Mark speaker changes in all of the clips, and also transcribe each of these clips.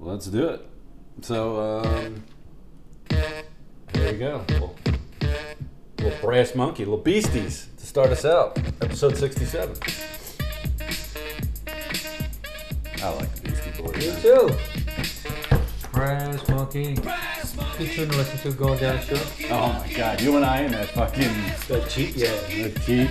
Speaker 1: Let's do it. So, um, there you go. Little, little brass monkey, little beasties to start us out. Episode 67. I like the Beastie Boys.
Speaker 2: You
Speaker 1: man.
Speaker 2: too. Brass monkey. Good tune to listen to going down the street.
Speaker 1: Oh my god, you and I in that fucking
Speaker 2: That cheap, yeah.
Speaker 1: the tape,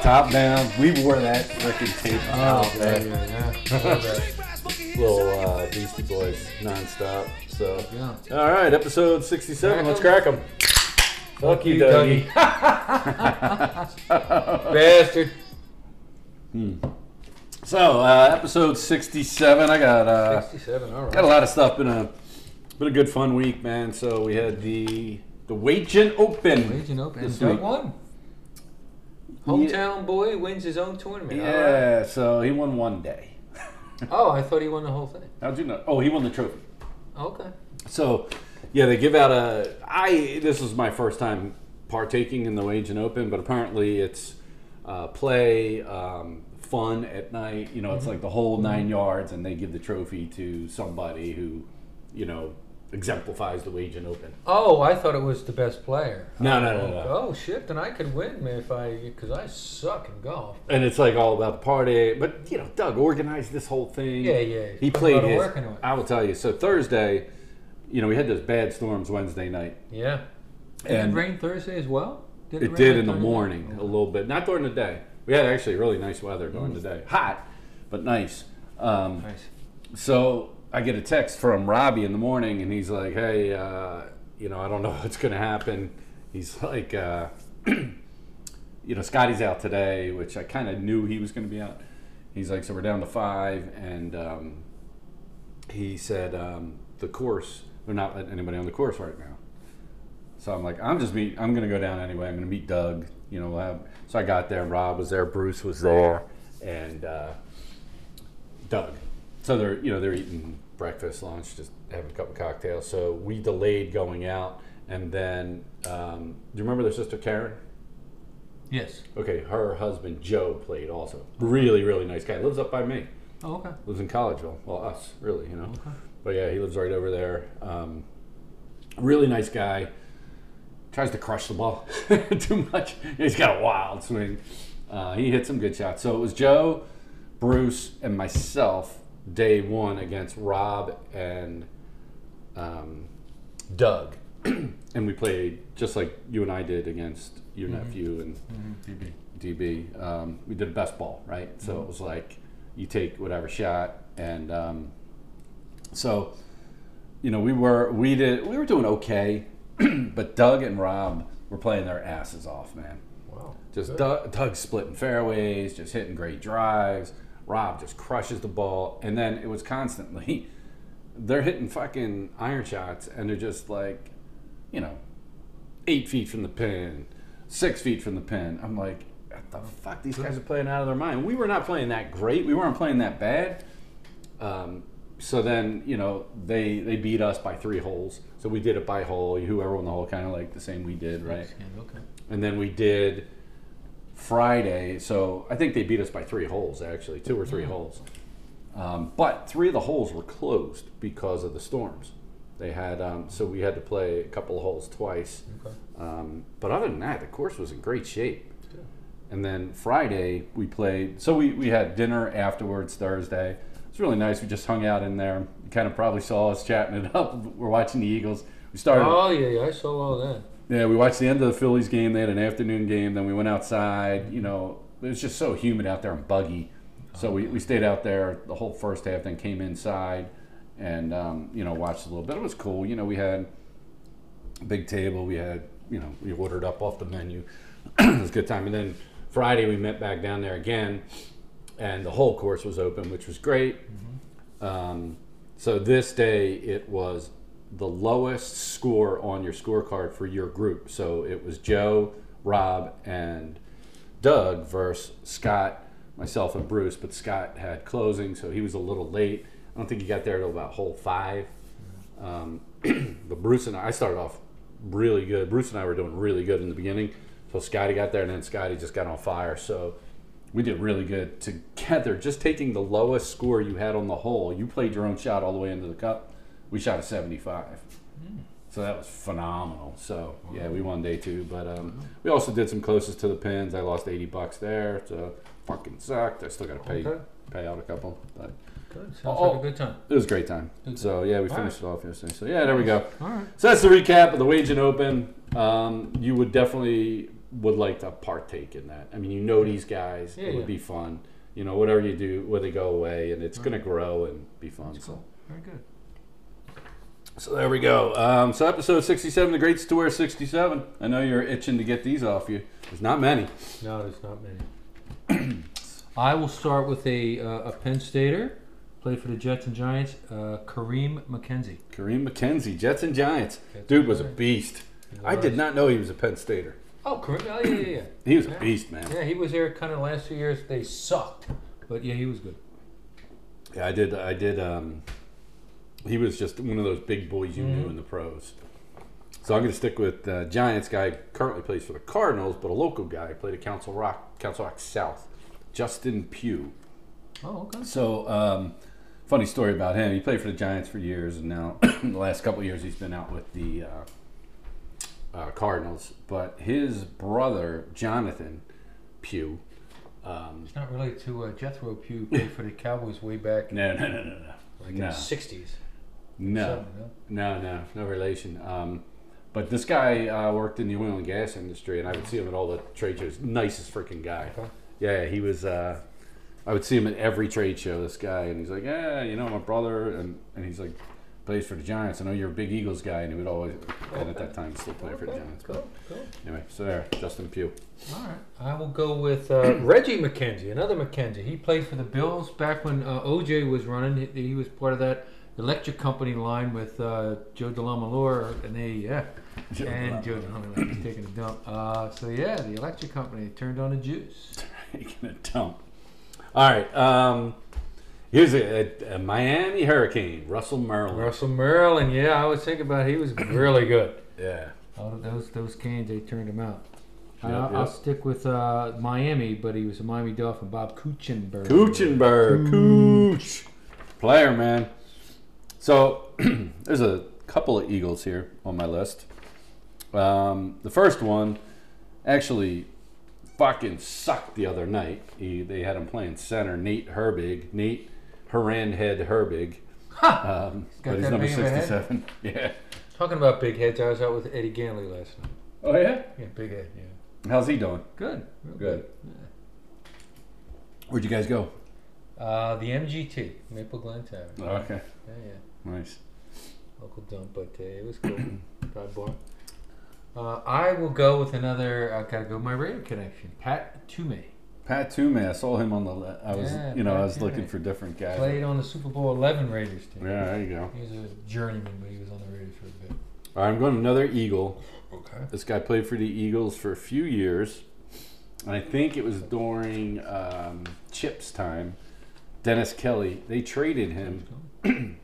Speaker 1: top down. We wore that freaking tape.
Speaker 2: Oh,
Speaker 1: out
Speaker 2: man,
Speaker 1: there.
Speaker 2: yeah, yeah. I love that.
Speaker 1: Little uh, Beastie Boys nonstop. So,
Speaker 2: Yeah.
Speaker 1: all right, episode 67. Let's crack them. Fuck you,
Speaker 2: you,
Speaker 1: Dougie.
Speaker 2: Bastard.
Speaker 1: So, uh, episode 67. I got uh,
Speaker 2: 67, alright.
Speaker 1: got a lot of stuff. Been a been a good fun week, man. So we had the the Wagen Open.
Speaker 2: Legion Open.
Speaker 1: This
Speaker 2: And Doug
Speaker 1: week.
Speaker 2: won. Hometown boy wins his own tournament. all right.
Speaker 1: Yeah. So he won one day.
Speaker 2: Oh, I thought he won the whole thing.
Speaker 1: How'd you know? Oh, he won the trophy.
Speaker 2: Okay.
Speaker 1: So, yeah, they give out a. I this was my first time partaking in the Agent Open, but apparently it's uh, play, um, fun at night. You know,
Speaker 2: Mm-hmm.
Speaker 1: it's like the whole 9 yards, and they give the trophy to somebody who, you know, exemplifies the Agent Open.
Speaker 2: Oh, I thought it was the best player.
Speaker 1: No, no, no, no.
Speaker 2: Oh shit! Then I could win man, if I, because I suck in golf.
Speaker 1: And it's like all about the party, but you know, Doug organized this whole thing.
Speaker 2: Yeah, yeah.
Speaker 1: He
Speaker 2: Put a
Speaker 1: played
Speaker 2: lot of
Speaker 1: his.
Speaker 2: work into it.
Speaker 1: I will tell you. So Thursday, you know, we had those bad storms Wednesday night,
Speaker 2: Yeah. Did it rain Thursday as well? Did
Speaker 1: It
Speaker 2: rain
Speaker 1: did
Speaker 2: on
Speaker 1: in the
Speaker 2: Thursday? Oh,
Speaker 1: morning a little bit, not during the day. We had actually really nice weather during the day, hot but nice. Um,
Speaker 2: Nice.
Speaker 1: so I get a text from Robbie in the morning, and he's like, "Hey, uh, you know, I don't know what's going to happen." He's like, uh, "You know, Scotty's out today," which I kind of knew he was going to be out. He's like, "So we're down to five, and um, he said um, the course they're not letting anybody on the course right now." So I'm like, I'm just meet. I'm gonna go down anyway. I'm gonna meet Doug. You know, we'll have, so I got there. Rob was there. Bruce was there, and uh, Doug. So they're you know they're eating breakfast, lunch, just having a couple cocktails. So we delayed going out, and then um, do you remember their sister Karen?
Speaker 2: Yes.
Speaker 1: Okay, her husband Joe played also. Really, really nice guy. Lives up by me
Speaker 2: Oh, okay.
Speaker 1: lives in Collegeville. Well, us really, you know. But yeah, he lives right over there. Um, really nice guy. Tries to crush the ball too much. He's got a wild swing. Uh, he hit some good shots. So it was Joe, Bruce, and myself day one against Rob and um, Doug, and we played just like you and I did against your nephew and DB. Um, we did a best ball, right? So it was like you take whatever shot, and um, so you know we were we did we were doing okay, but Doug and Rob were playing their asses off, man.
Speaker 2: Wow.
Speaker 1: Just Doug, Doug splitting fairways, just hitting great drives. Rob just crushes the ball, and then it was constantly they're hitting fucking iron shots, and they're just like, you know, eight feet from the pin, six feet from the pin. I'm like, what the fuck? These guys are playing out of their mind. We were not playing that great. We weren't playing that bad. Um, so then, you know, they they beat us by three holes. So we did it by hole. Whoever won the hole, kind of like the same we did, right?
Speaker 2: Yeah, okay.
Speaker 1: and then we did Friday. So I think they beat us by three holes, actually, two or 3 holes. Um, but three of the holes were closed because of the storms. They had um, so we had to play a couple of holes twice.
Speaker 2: Okay.
Speaker 1: Um, but other than that, the course was in great shape. And then Friday we played. So we, we had dinner afterwards Thursday. It was really nice. We just hung out in there. You kind of probably saw us chatting it up. We're watching the Eagles. We started.
Speaker 2: Oh yeah, yeah. I saw all that.
Speaker 1: Yeah, we watched the end of the Phillies game. They had an afternoon game. Then we went outside. You know, it was just so humid out there and buggy. So we, we stayed out there the whole first half, then came inside and, um, you know, watched a little bit. It was cool. You know, we had a big table. We had, you know, we ordered up off the menu. it was a good time. And then Friday, we met back down there again, and the whole course was open, which was great. Um, so this day it was the lowest score on your scorecard for your group. So it was Joe, Rob, and Doug versus Scott, myself, and Bruce. But Scott had closing, so he was a little late. I don't think he got there till about hole five. Um, but Bruce and I, I started off really good. Bruce and I were doing really good in the beginning. So Scotty got there, and then Scotty just got on fire. So we did really good to together, just taking the lowest score you had on the hole, you played your own shot all the way into the cup. We shot a 75. So that was phenomenal. So yeah, we won day two, but um, we also did some closest to the pins. I lost 80 bucks there, so fucking sucked. I still got to pay
Speaker 2: Okay.
Speaker 1: pay out a couple, but
Speaker 2: Good. Sounds
Speaker 1: Oh.
Speaker 2: like a good time.
Speaker 1: it was a great time.
Speaker 2: Good.
Speaker 1: So yeah, we
Speaker 2: All
Speaker 1: finished it off yesterday. So yeah, there we go.
Speaker 2: All right.
Speaker 1: So that's the recap of the Wage and Open. Um, you would definitely would like to partake in that. I mean, you know these guys.
Speaker 2: Yeah,
Speaker 1: it would
Speaker 2: yeah.
Speaker 1: be fun. You know, whatever you do, where they go away, and it's going to grow and be fun.
Speaker 2: That's cool. Very good.
Speaker 1: So, so there we go. Um, so episode 67, The Greats to Wear 67. I know you're itching to get these off you. There's not many.
Speaker 2: No, there's not many. I will start with a uh, a Penn Stater, played for the Jets and Giants, uh, Kareem McKenzie.
Speaker 1: Kareem McKenzie, Jets and Giants.
Speaker 2: That's
Speaker 1: Dude was a
Speaker 2: right.
Speaker 1: beast.
Speaker 2: He
Speaker 1: I did
Speaker 2: was.
Speaker 1: not know he was a Penn Stater.
Speaker 2: Oh, Kareem. Oh, yeah, yeah,
Speaker 1: He was a
Speaker 2: Yeah.
Speaker 1: beast,
Speaker 2: yeah.
Speaker 1: man.
Speaker 2: Yeah, he was there kind of last two years. They sucked, but yeah, he was good.
Speaker 1: Yeah, I did. I did. Um, he was just one of those big boys you knew in the pros. So I'm going to stick with uh, Giants guy. Currently plays for the Cardinals, but a local guy played at Council Rock, Council Rock South. Justin Pugh.
Speaker 2: Oh, okay.
Speaker 1: So um, funny story about him. He played for the Giants for years, and now the last couple of years he's been out with the uh, uh, Cardinals. But his brother Jonathan Pugh. Um,
Speaker 2: It's not related to uh, Jethro Pugh played for the Cowboys way back in
Speaker 1: no, no, no, no, no,
Speaker 2: like
Speaker 1: no.
Speaker 2: the sixties.
Speaker 1: no. No, no, no relation. Um, but this guy uh, worked in the oil and gas industry, and I would see him at all the trade shows. Nicest freaking guy.
Speaker 2: Okay.
Speaker 1: Yeah, he was. Uh, I would see him at every trade show. This guy, and he's like, "Yeah, you know, my brother," and, and he's like, "Plays for the Giants." I know you're a big Eagles guy, and he would always, and at that time, still play for the Giants. But
Speaker 2: Cool, cool.
Speaker 1: anyway, so there, Justin Pugh.
Speaker 2: All right. I will go with uh, Reggie McKenzie, another McKenzie. He played for the Bills back when uh, OJ was running. He, he was part of that electric company line with uh, Joe DeLamalure and they, yeah.
Speaker 1: Joe
Speaker 2: and Joe DeLamalure was taking a dump. Uh, so, yeah, the electric company turned on the juice.
Speaker 1: Taking a dump. All right. Um, here's a, a, a Miami Hurricane, Russell Merlin.
Speaker 2: Russell Merlin, yeah, I was thinking about it. He was really good.
Speaker 1: Yeah.
Speaker 2: Out of those those canes, they turned him out. I-
Speaker 1: Yep,
Speaker 2: I'll,
Speaker 1: yep.
Speaker 2: I'll stick with uh, Miami, but he was a Miami Dolphin, Bob Kuchenberg.
Speaker 1: Kuchenberg, Cooch. Player, man. So there's a couple of Eagles here on my list. Um, the first one actually fucking sucked the other night. He, they had him playing center, Nate Herbig. Nate Head Herbig. Um,
Speaker 2: got
Speaker 1: but he's
Speaker 2: that
Speaker 1: number
Speaker 2: big of a head?
Speaker 1: 67. Yeah.
Speaker 2: Talking about big heads, I was out with Eddie Ganley last night.
Speaker 1: Oh, yeah?
Speaker 2: Yeah, big head. Yeah.
Speaker 1: How's he doing?
Speaker 2: Good. Real
Speaker 1: Good. Where'd you guys go?
Speaker 2: Uh, the MGT, Maple Glen Tavern.
Speaker 1: Oh, okay.
Speaker 2: Yeah, yeah.
Speaker 1: Nice.
Speaker 2: Local dump, but uh, it was cool. Dive bar. Uh, I will go with another. I've got to go with my radio connection. Pat Toomey
Speaker 1: Pat Toomey, I saw him on the. le- I was,
Speaker 2: Yeah,
Speaker 1: you know, I
Speaker 2: Pat
Speaker 1: was looking
Speaker 2: Toomey.
Speaker 1: for different guys.
Speaker 2: played on the Super Bowl 11 Raiders team.
Speaker 1: Yeah, there you go.
Speaker 2: He was a journeyman, but he was on the Raiders for a bit.
Speaker 1: All right, I'm going another Eagle.
Speaker 2: Okay.
Speaker 1: This guy played for the Eagles for a few years, and I think it was during um, Chip's time. Dennis Kelly, they traded him.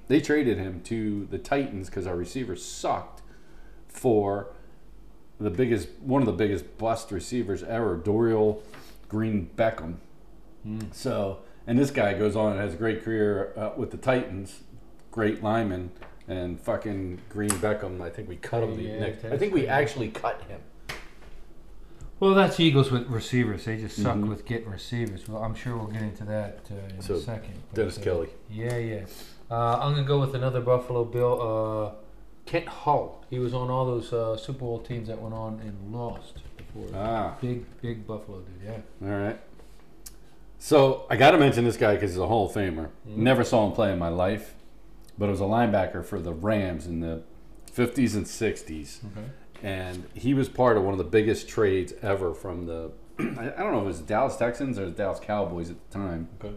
Speaker 1: They traded him to the Titans because our receiver sucked for the biggest, one of the biggest bust receivers ever, Dorial Green Beckham.
Speaker 2: Mm.
Speaker 1: So, and this guy goes on and has a great career uh, with the Titans, great lineman, and fucking Green Beckham. I think we cut him the
Speaker 2: Yeah,
Speaker 1: next. I
Speaker 2: that's
Speaker 1: think we
Speaker 2: great.
Speaker 1: actually cut him.
Speaker 2: Well, that's Eagles with receivers. They just suck
Speaker 1: Mhm.
Speaker 2: with getting receivers. Well, I'm sure we'll get into that uh, in
Speaker 1: So,
Speaker 2: a second. but,
Speaker 1: Dennis
Speaker 2: uh,
Speaker 1: Kelly.
Speaker 2: Yeah, yeah. Uh, I'm gonna go with another Buffalo Bill, uh, Kent Hull. He was on all those uh, Super Bowl teams that went on and lost before.
Speaker 1: Ah,
Speaker 2: big, big Buffalo dude. Yeah.
Speaker 1: all right. So I got to mention this guy because he's a Hall of Famer.
Speaker 2: Mhm.
Speaker 1: Never saw him play in my life, but it was a linebacker for the Rams in the 50s and 60s.
Speaker 2: Okay.
Speaker 1: and he was part of one of the biggest trades ever from the I I don't know if it was Dallas Texans or the Dallas Cowboys at the time,
Speaker 2: Okay.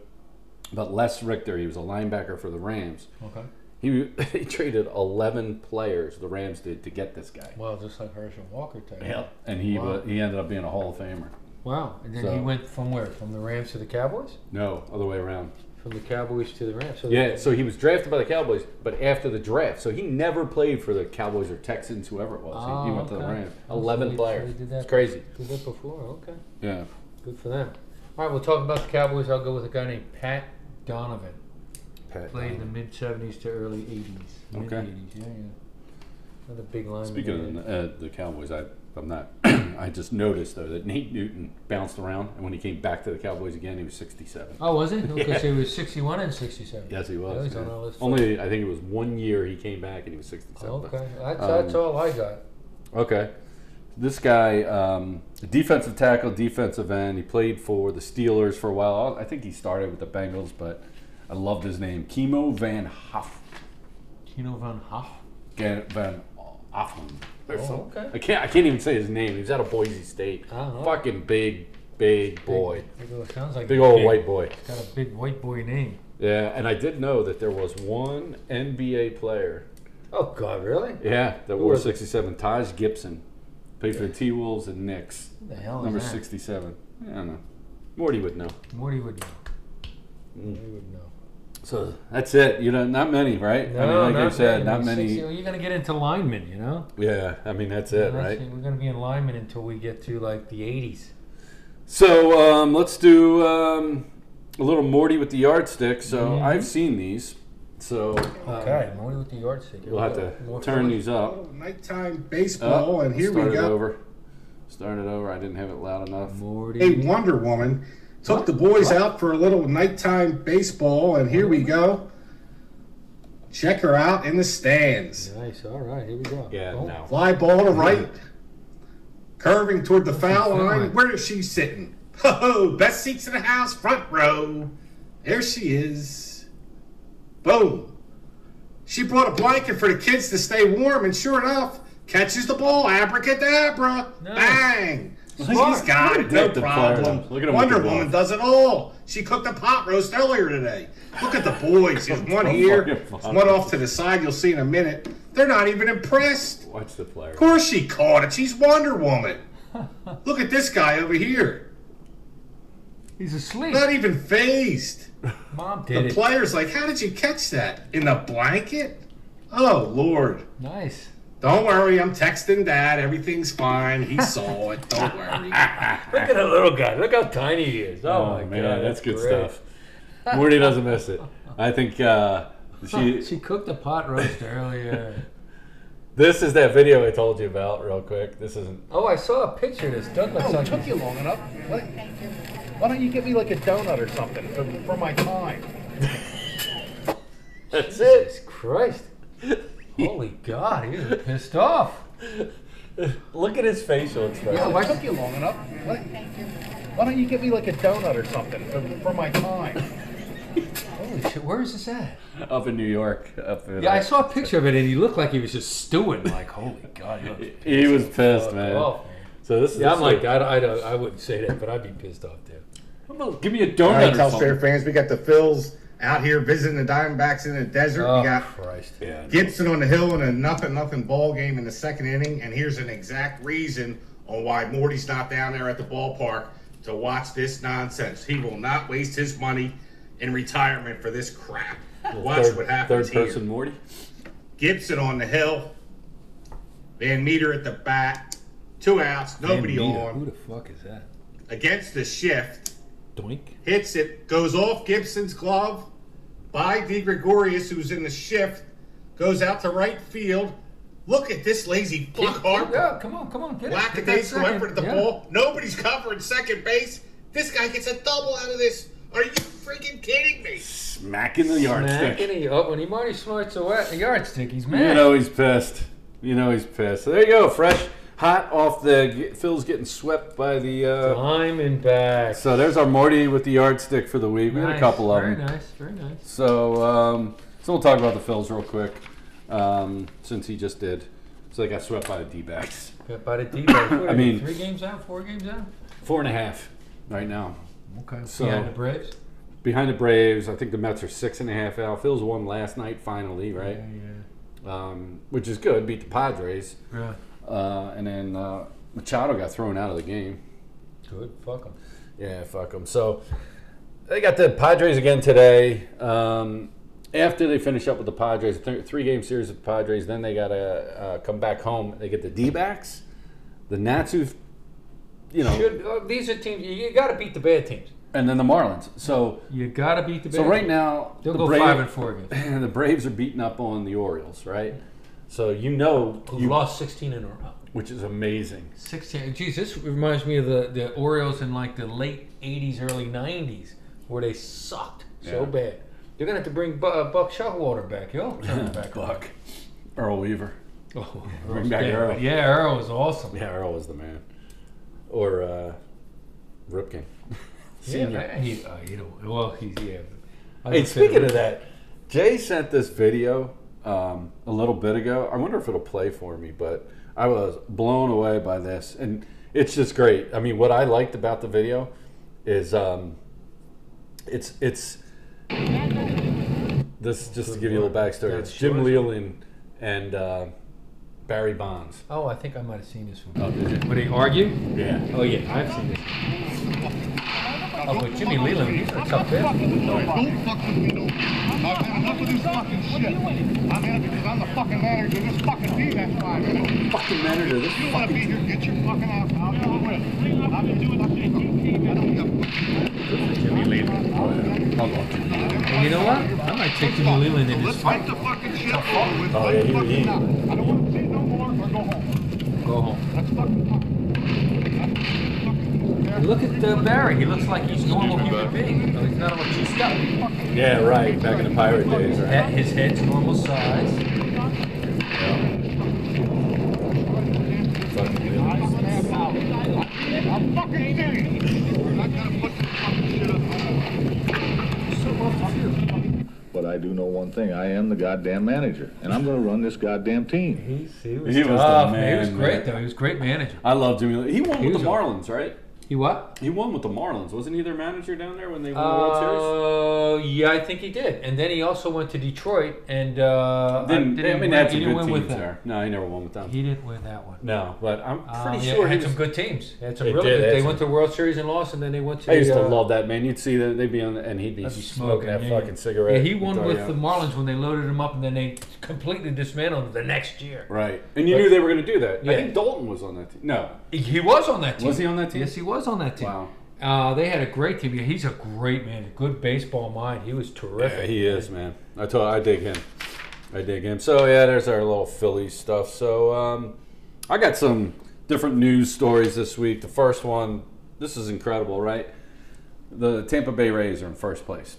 Speaker 1: but Les Richter, he was a linebacker for the Rams.
Speaker 2: Okay.
Speaker 1: He, he traded 11 players the Rams did to get this guy.
Speaker 2: Wow, just like Herschel Walker type.
Speaker 1: And he
Speaker 2: Wow.
Speaker 1: wa he ended up being a Hall of Famer.
Speaker 2: Wow. And then he
Speaker 1: So-
Speaker 2: went from where? From the Rams to the Cowboys?
Speaker 1: No, other way around.
Speaker 2: From the Cowboys to the Rams. So
Speaker 1: Yeah, so he was drafted by the Cowboys, but after the draft, so he never played for the Cowboys or Texans, whoever it was. He- he,
Speaker 2: Oh,
Speaker 1: went to the
Speaker 2: okay.
Speaker 1: Rams.
Speaker 2: Oh, so
Speaker 1: 11
Speaker 2: he- so he
Speaker 1: players.
Speaker 2: did that.
Speaker 1: It's crazy.
Speaker 2: Did that before? Okay.
Speaker 1: Yeah.
Speaker 2: Good for them. All right, we'll talk about the Cowboys. I'll go with a guy named Pat Donovan.
Speaker 3: Pat
Speaker 2: Played in the
Speaker 3: Donovan.
Speaker 2: mid 70s to early 80s. Mid
Speaker 1: Okay.
Speaker 2: 80s, yeah, yeah. Another big line.
Speaker 1: Speaking of the, uh, the Cowboys, I, I'm not. I just noticed though that Nate Newton bounced around, and when he came back to the Cowboys again, he was 67.
Speaker 2: Oh, was it? Because he was 61 and 67.
Speaker 1: Yes, he
Speaker 2: Oh,
Speaker 1: was.
Speaker 2: he's
Speaker 1: yeah.
Speaker 2: on our list.
Speaker 1: Only I think it was one year he came back and he was 67.
Speaker 2: Okay, that's, that's all I got.
Speaker 1: Okay. This guy, um, defensive tackle, defensive end. He played for the Steelers for a while. I think he started with the Bengals, but I loved his name, Chemo Van Hoff.
Speaker 2: Tino Van Hoff.
Speaker 1: Gan- Van Hoffen. There's
Speaker 2: Oh,
Speaker 1: some-
Speaker 2: okay.
Speaker 1: I can't. I can't even say his name. He was out of Boise State.
Speaker 2: Oh, okay.
Speaker 1: Fucking big, big boy.
Speaker 2: Although It sounds like
Speaker 1: Big old
Speaker 2: he's
Speaker 1: white boy.
Speaker 2: Got a big white boy name.
Speaker 1: Yeah, and I did know that there was one NBA player.
Speaker 2: Oh, God, really?
Speaker 1: Yeah, that
Speaker 2: Who
Speaker 1: wore
Speaker 2: was it?
Speaker 1: 67. Taj Gibson. Played for the T Wolves and Knicks.
Speaker 2: Who the hell
Speaker 1: Number
Speaker 2: is that?
Speaker 1: 67. I don't know. Morty would know.
Speaker 2: Morty would know.
Speaker 1: Mm.
Speaker 2: Morty would know.
Speaker 1: So that's it. You know, not many, right? I mean, like I said, not many.
Speaker 2: you're going to get into linemen, you know?
Speaker 1: Yeah, I mean, that's it, right?
Speaker 2: We're going to be in linemen until we get to like the 80s.
Speaker 1: So um, let's do um, a little Morty with the yardstick. So I've seen these. So
Speaker 2: Um,
Speaker 1: uh,
Speaker 2: Okay, Morty with the yardstick.
Speaker 1: you'll have to
Speaker 2: More
Speaker 1: turn
Speaker 2: fun.
Speaker 1: these up.
Speaker 3: Oh, nighttime baseball, Oh, and here
Speaker 1: start
Speaker 3: we
Speaker 1: it
Speaker 3: go.
Speaker 1: Uh, over. Start it over. I didn't have it loud enough.
Speaker 2: Morty.
Speaker 3: Hey, Wonder Woman took the boys out for a little nighttime baseball, and here we go. Check her out in the stands.
Speaker 2: Nice. All right, here we go.
Speaker 1: Yeah,
Speaker 2: Oh,
Speaker 1: no.
Speaker 3: Fly ball to right, curving toward the foul
Speaker 2: foul
Speaker 3: line.
Speaker 2: line.
Speaker 3: Where is she sitting? Ho Best seats in the house, front row. There she is. Boom. She brought a blanket for the kids to stay warm, and sure enough, catches the ball. Abracadabra.
Speaker 2: Nice.
Speaker 3: Bang.
Speaker 1: Smart.
Speaker 3: She's got it,
Speaker 1: Look
Speaker 3: no
Speaker 1: at the fire.
Speaker 3: problem.
Speaker 1: Look at him
Speaker 3: Wonder
Speaker 1: with the
Speaker 3: Woman
Speaker 1: ball.
Speaker 3: does it all. She cooked a pot roast earlier today. Look at the boys. There's one here,
Speaker 1: Fucking
Speaker 3: there's
Speaker 1: pot
Speaker 3: one off to the side. You'll see in a minute. They're not even impressed.
Speaker 1: Watch the player.
Speaker 3: Of course she caught it. She's Wonder Woman. Look at this guy over here.
Speaker 2: He's asleep.
Speaker 3: Not even phased.
Speaker 2: Mom
Speaker 3: The
Speaker 2: did it.
Speaker 3: player's like, How did you catch that? In the blanket? Oh, Lord.
Speaker 2: Nice.
Speaker 3: Don't worry. I'm texting Dad. Everything's fine. He saw it. Don't worry.
Speaker 2: Look at the little guy. Look how tiny he is.
Speaker 1: Oh, man, that's, good stuff. Morty doesn't miss it. I think uh, she.
Speaker 2: She cooked a pot roast earlier.
Speaker 1: This is that video I told you about, real quick. This isn't.
Speaker 2: Oh, I saw a picture of this. Doug
Speaker 3: Oh,
Speaker 2: looks like
Speaker 3: E.
Speaker 4: took you long enough. Why, why don't you get me like a donut or something for, for my time?
Speaker 1: That's
Speaker 2: Jesus Christ. Holy God, he was pissed off.
Speaker 1: Look at his facial expression.
Speaker 4: Yeah, why took you long enough? Why, why don't you get me like a donut or something for, for my time?
Speaker 2: Holy shit, where is this at?
Speaker 1: Up in New York. Up in,
Speaker 2: Yeah, I saw a picture of it and he looked like he was just stewing. Like, holy God, he looks
Speaker 1: He was pissed, man.
Speaker 2: off. man.
Speaker 1: So this is.
Speaker 2: Yeah,
Speaker 1: this
Speaker 2: I'm like, I, I, don't, I wouldn't say that, but I'd be pissed off too.
Speaker 1: I'm like, give me a
Speaker 3: All
Speaker 1: donut
Speaker 3: right,
Speaker 1: or
Speaker 3: Telstar
Speaker 1: something.
Speaker 3: fans, we got the Phils out here visiting the Diamondbacks in the desert.
Speaker 2: Oh,
Speaker 3: we got
Speaker 2: Christ.
Speaker 1: Yeah.
Speaker 3: Gibson on the hill in a nothing nothing ball game in the second inning, and here's an exact reason on why Morty's not down there at the ballpark to watch this nonsense. He will not waste his money in retirement for this crap. Watch
Speaker 1: Third,
Speaker 3: what happens
Speaker 1: third person
Speaker 3: here.
Speaker 1: Morty.
Speaker 3: Gibson on the hill, Van Meter at the bat, two outs, nobody
Speaker 2: Man, Vito, Who
Speaker 3: on,
Speaker 2: the fuck is that?
Speaker 3: against the shift
Speaker 2: Doink.
Speaker 3: hits it, goes off Gibson's glove by De Gregorius, who's in the shift, goes out to right field. Look at this lazy fuck Harper.
Speaker 2: Yeah, come on, come on, get it. Get that
Speaker 3: Lackadaisical
Speaker 2: second.
Speaker 3: effort at the
Speaker 2: Yeah.
Speaker 3: ball. Nobody's covering second base. This guy gets a double out of this. Are you freaking kidding me?
Speaker 1: Smacking the yardstick.
Speaker 2: Smacking a- oh, when he Marty snorts away, a yardstick, he's mad.
Speaker 1: You know he's pissed. You know he's pissed. So there you go. Fresh, hot off the. Phil's getting swept by the. Uh,
Speaker 2: I'm in back.
Speaker 1: So there's our Morty with the yardstick for the week. We had a couple of
Speaker 2: very
Speaker 1: them.
Speaker 2: nice, very nice.
Speaker 1: So, um, so we'll talk about the Phils real quick, um, since he just did. So they got swept by the D-backs.
Speaker 2: Got by the D bag. What are
Speaker 1: I
Speaker 2: they,
Speaker 1: mean-
Speaker 2: three games out, four games out.
Speaker 1: Four and a half right now.
Speaker 2: Okay.
Speaker 1: So-
Speaker 2: Behind the Braves.
Speaker 1: Behind the Braves, I think the Mets are six and a half out. Phils won last night finally, right?
Speaker 2: Yeah,
Speaker 1: Um, which is good. Beat the Padres,
Speaker 2: yeah.
Speaker 1: uh, and then uh, Machado got thrown out of the game.
Speaker 2: Good. Fuck them.
Speaker 1: Yeah, fuck them. So they got the Padres again today. Um, after they finish up with the Padres, th- three game series with the Padres, then they got to uh, come back home. They get the D backs, the Nats, who, you know,
Speaker 2: Should, uh, these are teams. You got to beat the bad teams.
Speaker 1: and then the Marlins. So
Speaker 2: You gotta beat the Bears.
Speaker 1: so right now
Speaker 2: they'll
Speaker 1: the
Speaker 2: go
Speaker 1: Braves-
Speaker 2: five and four again.
Speaker 1: the Braves are beating up on the Orioles, right? So you know
Speaker 2: Who
Speaker 1: you
Speaker 2: lost sixteen in a row.
Speaker 1: which is amazing.
Speaker 2: 16. Geez, this reminds me of the, the Orioles in like the late 80s, early 90s, where they sucked so
Speaker 1: Yeah.
Speaker 2: bad. They're going to have to bring Bu- uh, Buck Showalter back. He'll turn it back.
Speaker 1: Buck, Earl Weaver.
Speaker 2: Oh,
Speaker 1: Bring back
Speaker 2: yeah,
Speaker 1: Earl.
Speaker 2: Yeah, Earl was awesome.
Speaker 1: Yeah, Earl was the man. Or uh, Ripken. Senior.
Speaker 2: Yeah, he, uh, you know, well, he's, yeah. I
Speaker 1: Hey,
Speaker 2: just said
Speaker 1: speaking
Speaker 2: it.
Speaker 1: of that, Jay sent this video um, a little bit ago. I wonder if it'll play for me, but I was blown away by this, and it's just great. I mean, what I liked about the video is um, it's it's this just to give you a little backstory. It's Jim Leland and uh, Barry Bonds.
Speaker 2: Oh, I think I might have seen this one.
Speaker 1: Oh, did you?
Speaker 2: Would he argue?
Speaker 1: Yeah.
Speaker 2: Oh, yeah, I've seen this. Oh, but Jimmy Leland, he's a tough
Speaker 4: Fuck
Speaker 2: man.
Speaker 4: with me, Don't fuck with me, no. I've had enough of this fucking shit. I'm in it because I'm the fucking manager of this fucking team, that's why, you know?
Speaker 1: Fucking manager. This
Speaker 4: You don't want to be here, get your fucking ass out. I'll do it. I'll do it. I don't give a fuck.
Speaker 1: Jimmy Leland. I love Jimmy Leland.
Speaker 2: And you know what? I might take Jimmy Leland in this
Speaker 4: Let's make
Speaker 2: fight.
Speaker 4: the fucking shit over with.
Speaker 1: Oh, yeah,
Speaker 4: Let's
Speaker 1: he-
Speaker 4: fucking
Speaker 1: he-
Speaker 4: knock. I don't want to see it no more or go home.
Speaker 2: Go home.
Speaker 4: Let's fucking talk.
Speaker 2: Look at uh, Barry. He looks like he's normal human being. Oh, he's not all cheesed up.
Speaker 1: Yeah, right. Back in the pirate days, right?
Speaker 2: That- his head's normal size.
Speaker 1: Fucking Leland.
Speaker 4: I'm fucking serious. We're not gonna put this fucking shit up no more.
Speaker 5: But I do know one thing. I am the goddamn manager, and I'm going to run this goddamn team.
Speaker 2: He, he was,
Speaker 1: He was the
Speaker 2: tough, man. He was
Speaker 1: man,
Speaker 2: great
Speaker 1: man.
Speaker 2: though. He was a great manager.
Speaker 1: I love Jimmy. Lee- He won
Speaker 2: He
Speaker 1: with the
Speaker 2: was a-
Speaker 1: Marlins, right?
Speaker 2: He what?
Speaker 1: He won with the Marlins. Wasn't he their manager down there when they won the World Series?
Speaker 2: Oh Uh, yeah, I think he did. And then he also went to Detroit and uh,
Speaker 1: Didn't, I mean,
Speaker 2: win-
Speaker 1: that's a
Speaker 2: he
Speaker 1: good
Speaker 2: didn't win
Speaker 1: team,
Speaker 2: with them.
Speaker 1: sir. No, he never won with them.
Speaker 2: He didn't win that one.
Speaker 1: no, but I'm
Speaker 2: Um,
Speaker 1: pretty
Speaker 2: yeah,
Speaker 1: sure
Speaker 2: had
Speaker 1: he
Speaker 2: some
Speaker 1: was.
Speaker 2: good teams. Had some
Speaker 1: They
Speaker 2: really
Speaker 1: did,
Speaker 2: good.
Speaker 1: they
Speaker 2: They
Speaker 1: had
Speaker 2: went to the World Series and lost, and then they went to.
Speaker 1: I used to
Speaker 2: uh,
Speaker 1: love that man. You'd see that they'd be on, the, and he'd be
Speaker 2: I'd be
Speaker 1: smoking that
Speaker 2: yeah,
Speaker 1: fucking
Speaker 2: yeah.
Speaker 1: cigarette.
Speaker 2: Yeah, he
Speaker 1: and
Speaker 2: won
Speaker 1: throw
Speaker 2: with
Speaker 1: you out.
Speaker 2: the Marlins when they loaded him up, and then they completely dismantled him the next year.
Speaker 1: right, and you knew they were going to do that. I
Speaker 2: Yeah.
Speaker 1: think Dalton was on that team. No,
Speaker 2: He- He was on that team.
Speaker 1: Was he on that team?
Speaker 2: Yes, he was on that team.
Speaker 1: Wow.
Speaker 2: Uh, they had a great team. Yeah, He's a great man. Good baseball mind. He was terrific.
Speaker 1: Yeah, he is, man. I told, I dig him. I dig him. So yeah, there's our little Philly stuff. So um, I got some different news stories this week. The first one, this is incredible, right? The Tampa Bay Rays are in first place.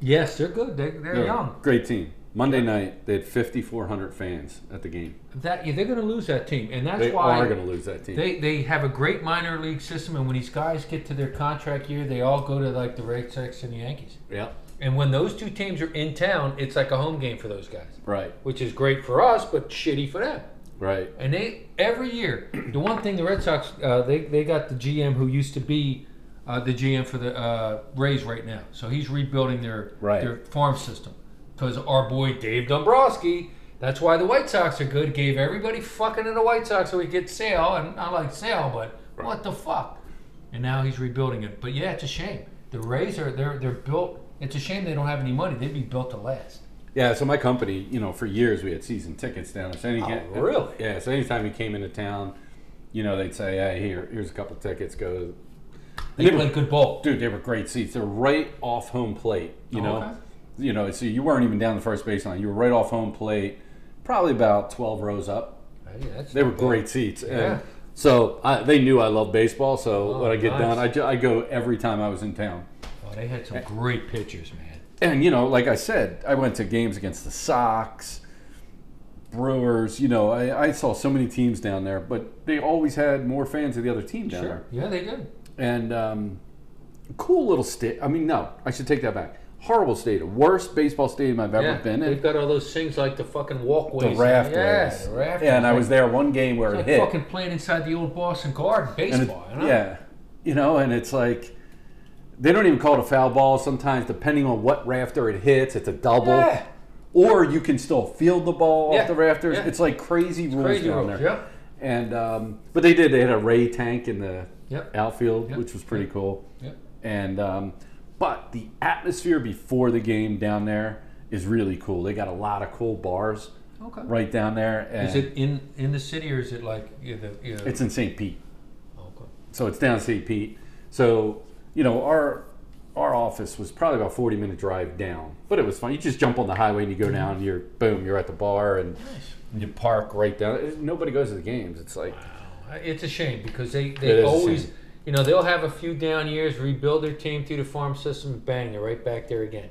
Speaker 2: Yes, they're good. They, they're
Speaker 1: They're a
Speaker 2: young.
Speaker 1: Great team. Monday night, they had 5,400 fans at the game.
Speaker 2: That yeah, they're going to lose that team, and that's
Speaker 1: they
Speaker 2: why
Speaker 1: are going to lose that team.
Speaker 2: they they have a great minor league system. And when these guys get to their contract year, they all go to like the Red Sox and the Yankees.
Speaker 1: yeah,
Speaker 2: And when those two teams are in town, it's like a home game for those guys,
Speaker 1: right,
Speaker 2: which is great for us, but shitty for them.
Speaker 1: right.
Speaker 2: And they every year, the one thing the Red Sox uh, they they got the GM who used to be uh, the GM for the uh, Rays right now, so he's rebuilding their
Speaker 1: Right.
Speaker 2: their farm system because our boy Dave Dombrowski. That's why the White Sox are good. Gave everybody fucking to the White Sox so we get Sale, and I like Sale, but what the fuck? And now he's rebuilding it. But yeah, it's a shame. The Rays are they're they're built. It's a shame they don't have any money. They'd be built to last.
Speaker 1: Yeah, so my company, you know, for years we had season tickets down there. So any,
Speaker 2: Oh, really?
Speaker 1: Yeah, so anytime you came into town, you know, they'd say, hey, here, here's a couple tickets, go.
Speaker 2: They
Speaker 1: They
Speaker 2: play
Speaker 1: were,
Speaker 2: good ball.
Speaker 1: dude, they were great seats. They're right off home plate, you
Speaker 2: Oh,
Speaker 1: know?
Speaker 2: okay.
Speaker 1: You know, so you weren't even down the first baseline. You were right off home plate, probably about 12 rows up.
Speaker 2: Yeah, that's
Speaker 1: They were great seats. And
Speaker 2: Yeah.
Speaker 1: So I, they knew I love baseball, so
Speaker 2: Oh,
Speaker 1: when I get
Speaker 2: nice.
Speaker 1: down, I, ju- I go every time I was in town.
Speaker 2: Oh, they had some great pitchers, man.
Speaker 1: and you know, like I said, I went to games against the Sox, Brewers. You know, I, I saw so many teams down there, but they always had more fans of the other team down
Speaker 2: Yeah, they did.
Speaker 1: there. And um, cool little state. I mean, no, I should take that back. Horrible stadium, worst baseball stadium I've ever
Speaker 2: yeah.
Speaker 1: been
Speaker 2: They've
Speaker 1: in.
Speaker 2: got all those things like the fucking
Speaker 1: The
Speaker 2: walkways.
Speaker 1: raft
Speaker 2: yeah,
Speaker 1: ways.
Speaker 2: The raft
Speaker 1: Yeah, and I
Speaker 2: ways.
Speaker 1: was there one game where
Speaker 2: It's
Speaker 1: it
Speaker 2: like
Speaker 1: hit.
Speaker 2: fucking playing inside the old Boston Garden
Speaker 1: and it-
Speaker 2: baseball. you know?
Speaker 1: yeah, you know, and it's like they don't even call it a foul ball sometimes, depending on what rafter it hits. It's a double,
Speaker 2: Yeah.
Speaker 1: or you can still field the ball
Speaker 2: Yeah,
Speaker 1: off the rafters.
Speaker 2: yeah.
Speaker 1: It's like crazy rules
Speaker 2: crazy
Speaker 1: down
Speaker 2: rules,
Speaker 1: there.
Speaker 2: yeah.
Speaker 1: And um, but they did. They had a ray tank in the
Speaker 2: Yep.
Speaker 1: outfield,
Speaker 2: Yep.
Speaker 1: which was pretty cool.
Speaker 2: Yep.
Speaker 1: And um, but the atmosphere before the game down there is really cool. They got a lot of cool bars
Speaker 2: Okay.
Speaker 1: right down there. And
Speaker 2: Is it in in the city or is it like you know, the you know,
Speaker 1: It's in St. Pete.
Speaker 2: okay.
Speaker 1: So it's down St. Pete. So you know, our our office was probably about 40 minute drive down, but it was fun. You just jump on the highway and you go
Speaker 2: Mm-hmm.
Speaker 1: down. You're boom, you're at the bar and you park right down. It- Nobody goes to the games. It's like
Speaker 2: Uh, It's a shame because they,
Speaker 1: It
Speaker 2: they
Speaker 1: is a
Speaker 2: always,
Speaker 1: shame.
Speaker 2: you know, they'll have a few down years, rebuild their team through the farm system, bang, they're right back there again.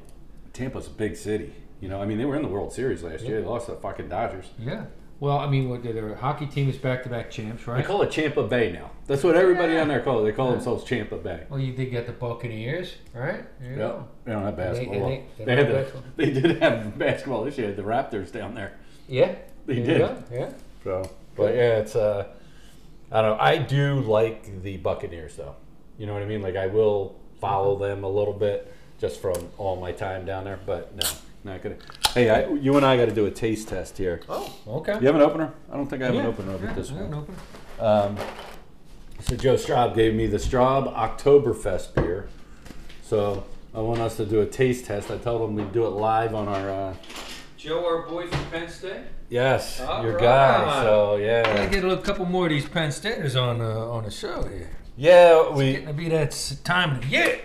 Speaker 1: Tampa's a big city. You know, I mean, they were in the World Series last year. They lost to the fucking Dodgers.
Speaker 2: Yeah. Well, I mean, what their hockey team is back to back champs,
Speaker 1: They
Speaker 2: right?
Speaker 1: call it Champa Bay now. That's what everybody on there call it. They call themselves Champa Bay.
Speaker 2: well, you did get the Buccaneers, right? There you
Speaker 1: Yeah,
Speaker 2: go.
Speaker 1: they don't have basketball.
Speaker 2: they-
Speaker 1: They,
Speaker 2: they
Speaker 1: had
Speaker 2: don't have
Speaker 1: the, they did have basketball this year. The Raptors down there.
Speaker 2: Yeah.
Speaker 1: They
Speaker 2: there you
Speaker 1: did.
Speaker 2: go, Yeah.
Speaker 1: So, but yeah, it's uh, I don't know. I do like the Buccaneers though. You know what I mean? Like I will follow them a little bit just from all my time down there. But no, not gonna. Hey, I, you and I got to do a taste test here.
Speaker 2: Oh, okay.
Speaker 1: You have an opener? I don't think I have an
Speaker 2: Yeah,
Speaker 1: opener over
Speaker 2: yeah,
Speaker 1: at this
Speaker 2: I
Speaker 1: one.
Speaker 2: don't open.
Speaker 1: So Joe Straub gave me the Straub Oktoberfest beer. So I want us to do a taste test. I told him we'd do it live on our. Uh,
Speaker 2: Joe, our boy from Penn State.
Speaker 1: yes,
Speaker 2: All
Speaker 1: your guy.
Speaker 2: right.
Speaker 1: So
Speaker 2: I
Speaker 1: yeah,
Speaker 2: get a little couple more of these Penn Staters on uh, on the show here.
Speaker 1: yeah. We
Speaker 2: It'll be that s- time of the year.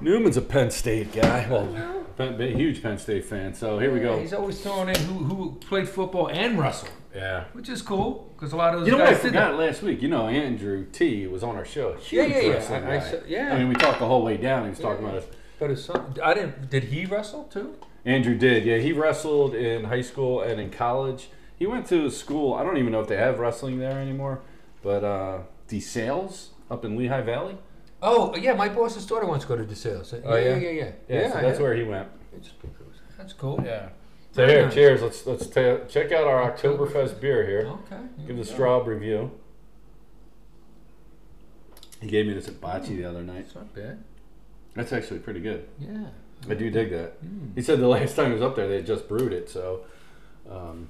Speaker 1: Newman's a Penn State guy. Well, Penn, big- huge Penn State fan. So here we go.
Speaker 2: He's always throwing in who, who played football and Russell,
Speaker 1: Yeah.
Speaker 2: which is cool because a lot of those
Speaker 1: You know what I
Speaker 2: guys did
Speaker 1: forgot last week? You know Andrew T was on our show.
Speaker 2: Yeah,
Speaker 1: Huge
Speaker 2: yeah, yeah.
Speaker 1: wrestling
Speaker 2: I- I
Speaker 1: guy.
Speaker 2: saw- yeah.
Speaker 1: I mean, we talked the whole way down. He was talking
Speaker 2: yeah.
Speaker 1: about us.
Speaker 2: But his son, I didn't. Did he wrestle too?
Speaker 1: Andrew did. Yeah, he wrestled in high school and in college. He went to a school. I don't even know if they have wrestling there anymore, but uh, DeSales up in Lehigh Valley.
Speaker 2: Oh yeah, my boss's daughter wants to go to DeSales. So,
Speaker 1: Oh, yeah?
Speaker 2: yeah, yeah, yeah,
Speaker 1: Yeah, so that's
Speaker 2: yeah.
Speaker 1: where he went.
Speaker 2: It's because- That's cool.
Speaker 1: Yeah. So
Speaker 2: Very
Speaker 1: here,
Speaker 2: nice.
Speaker 1: cheers. Let's let's ta check out our Oktoberfest beer here.
Speaker 2: Okay.
Speaker 1: Give the straw review. He gave me this at Bocce the other night.
Speaker 2: It's not bad.
Speaker 1: That's actually pretty good.
Speaker 2: Yeah.
Speaker 1: I do dig that.
Speaker 2: Mm.
Speaker 1: He said the last time he was up there, they had just brewed it, so um,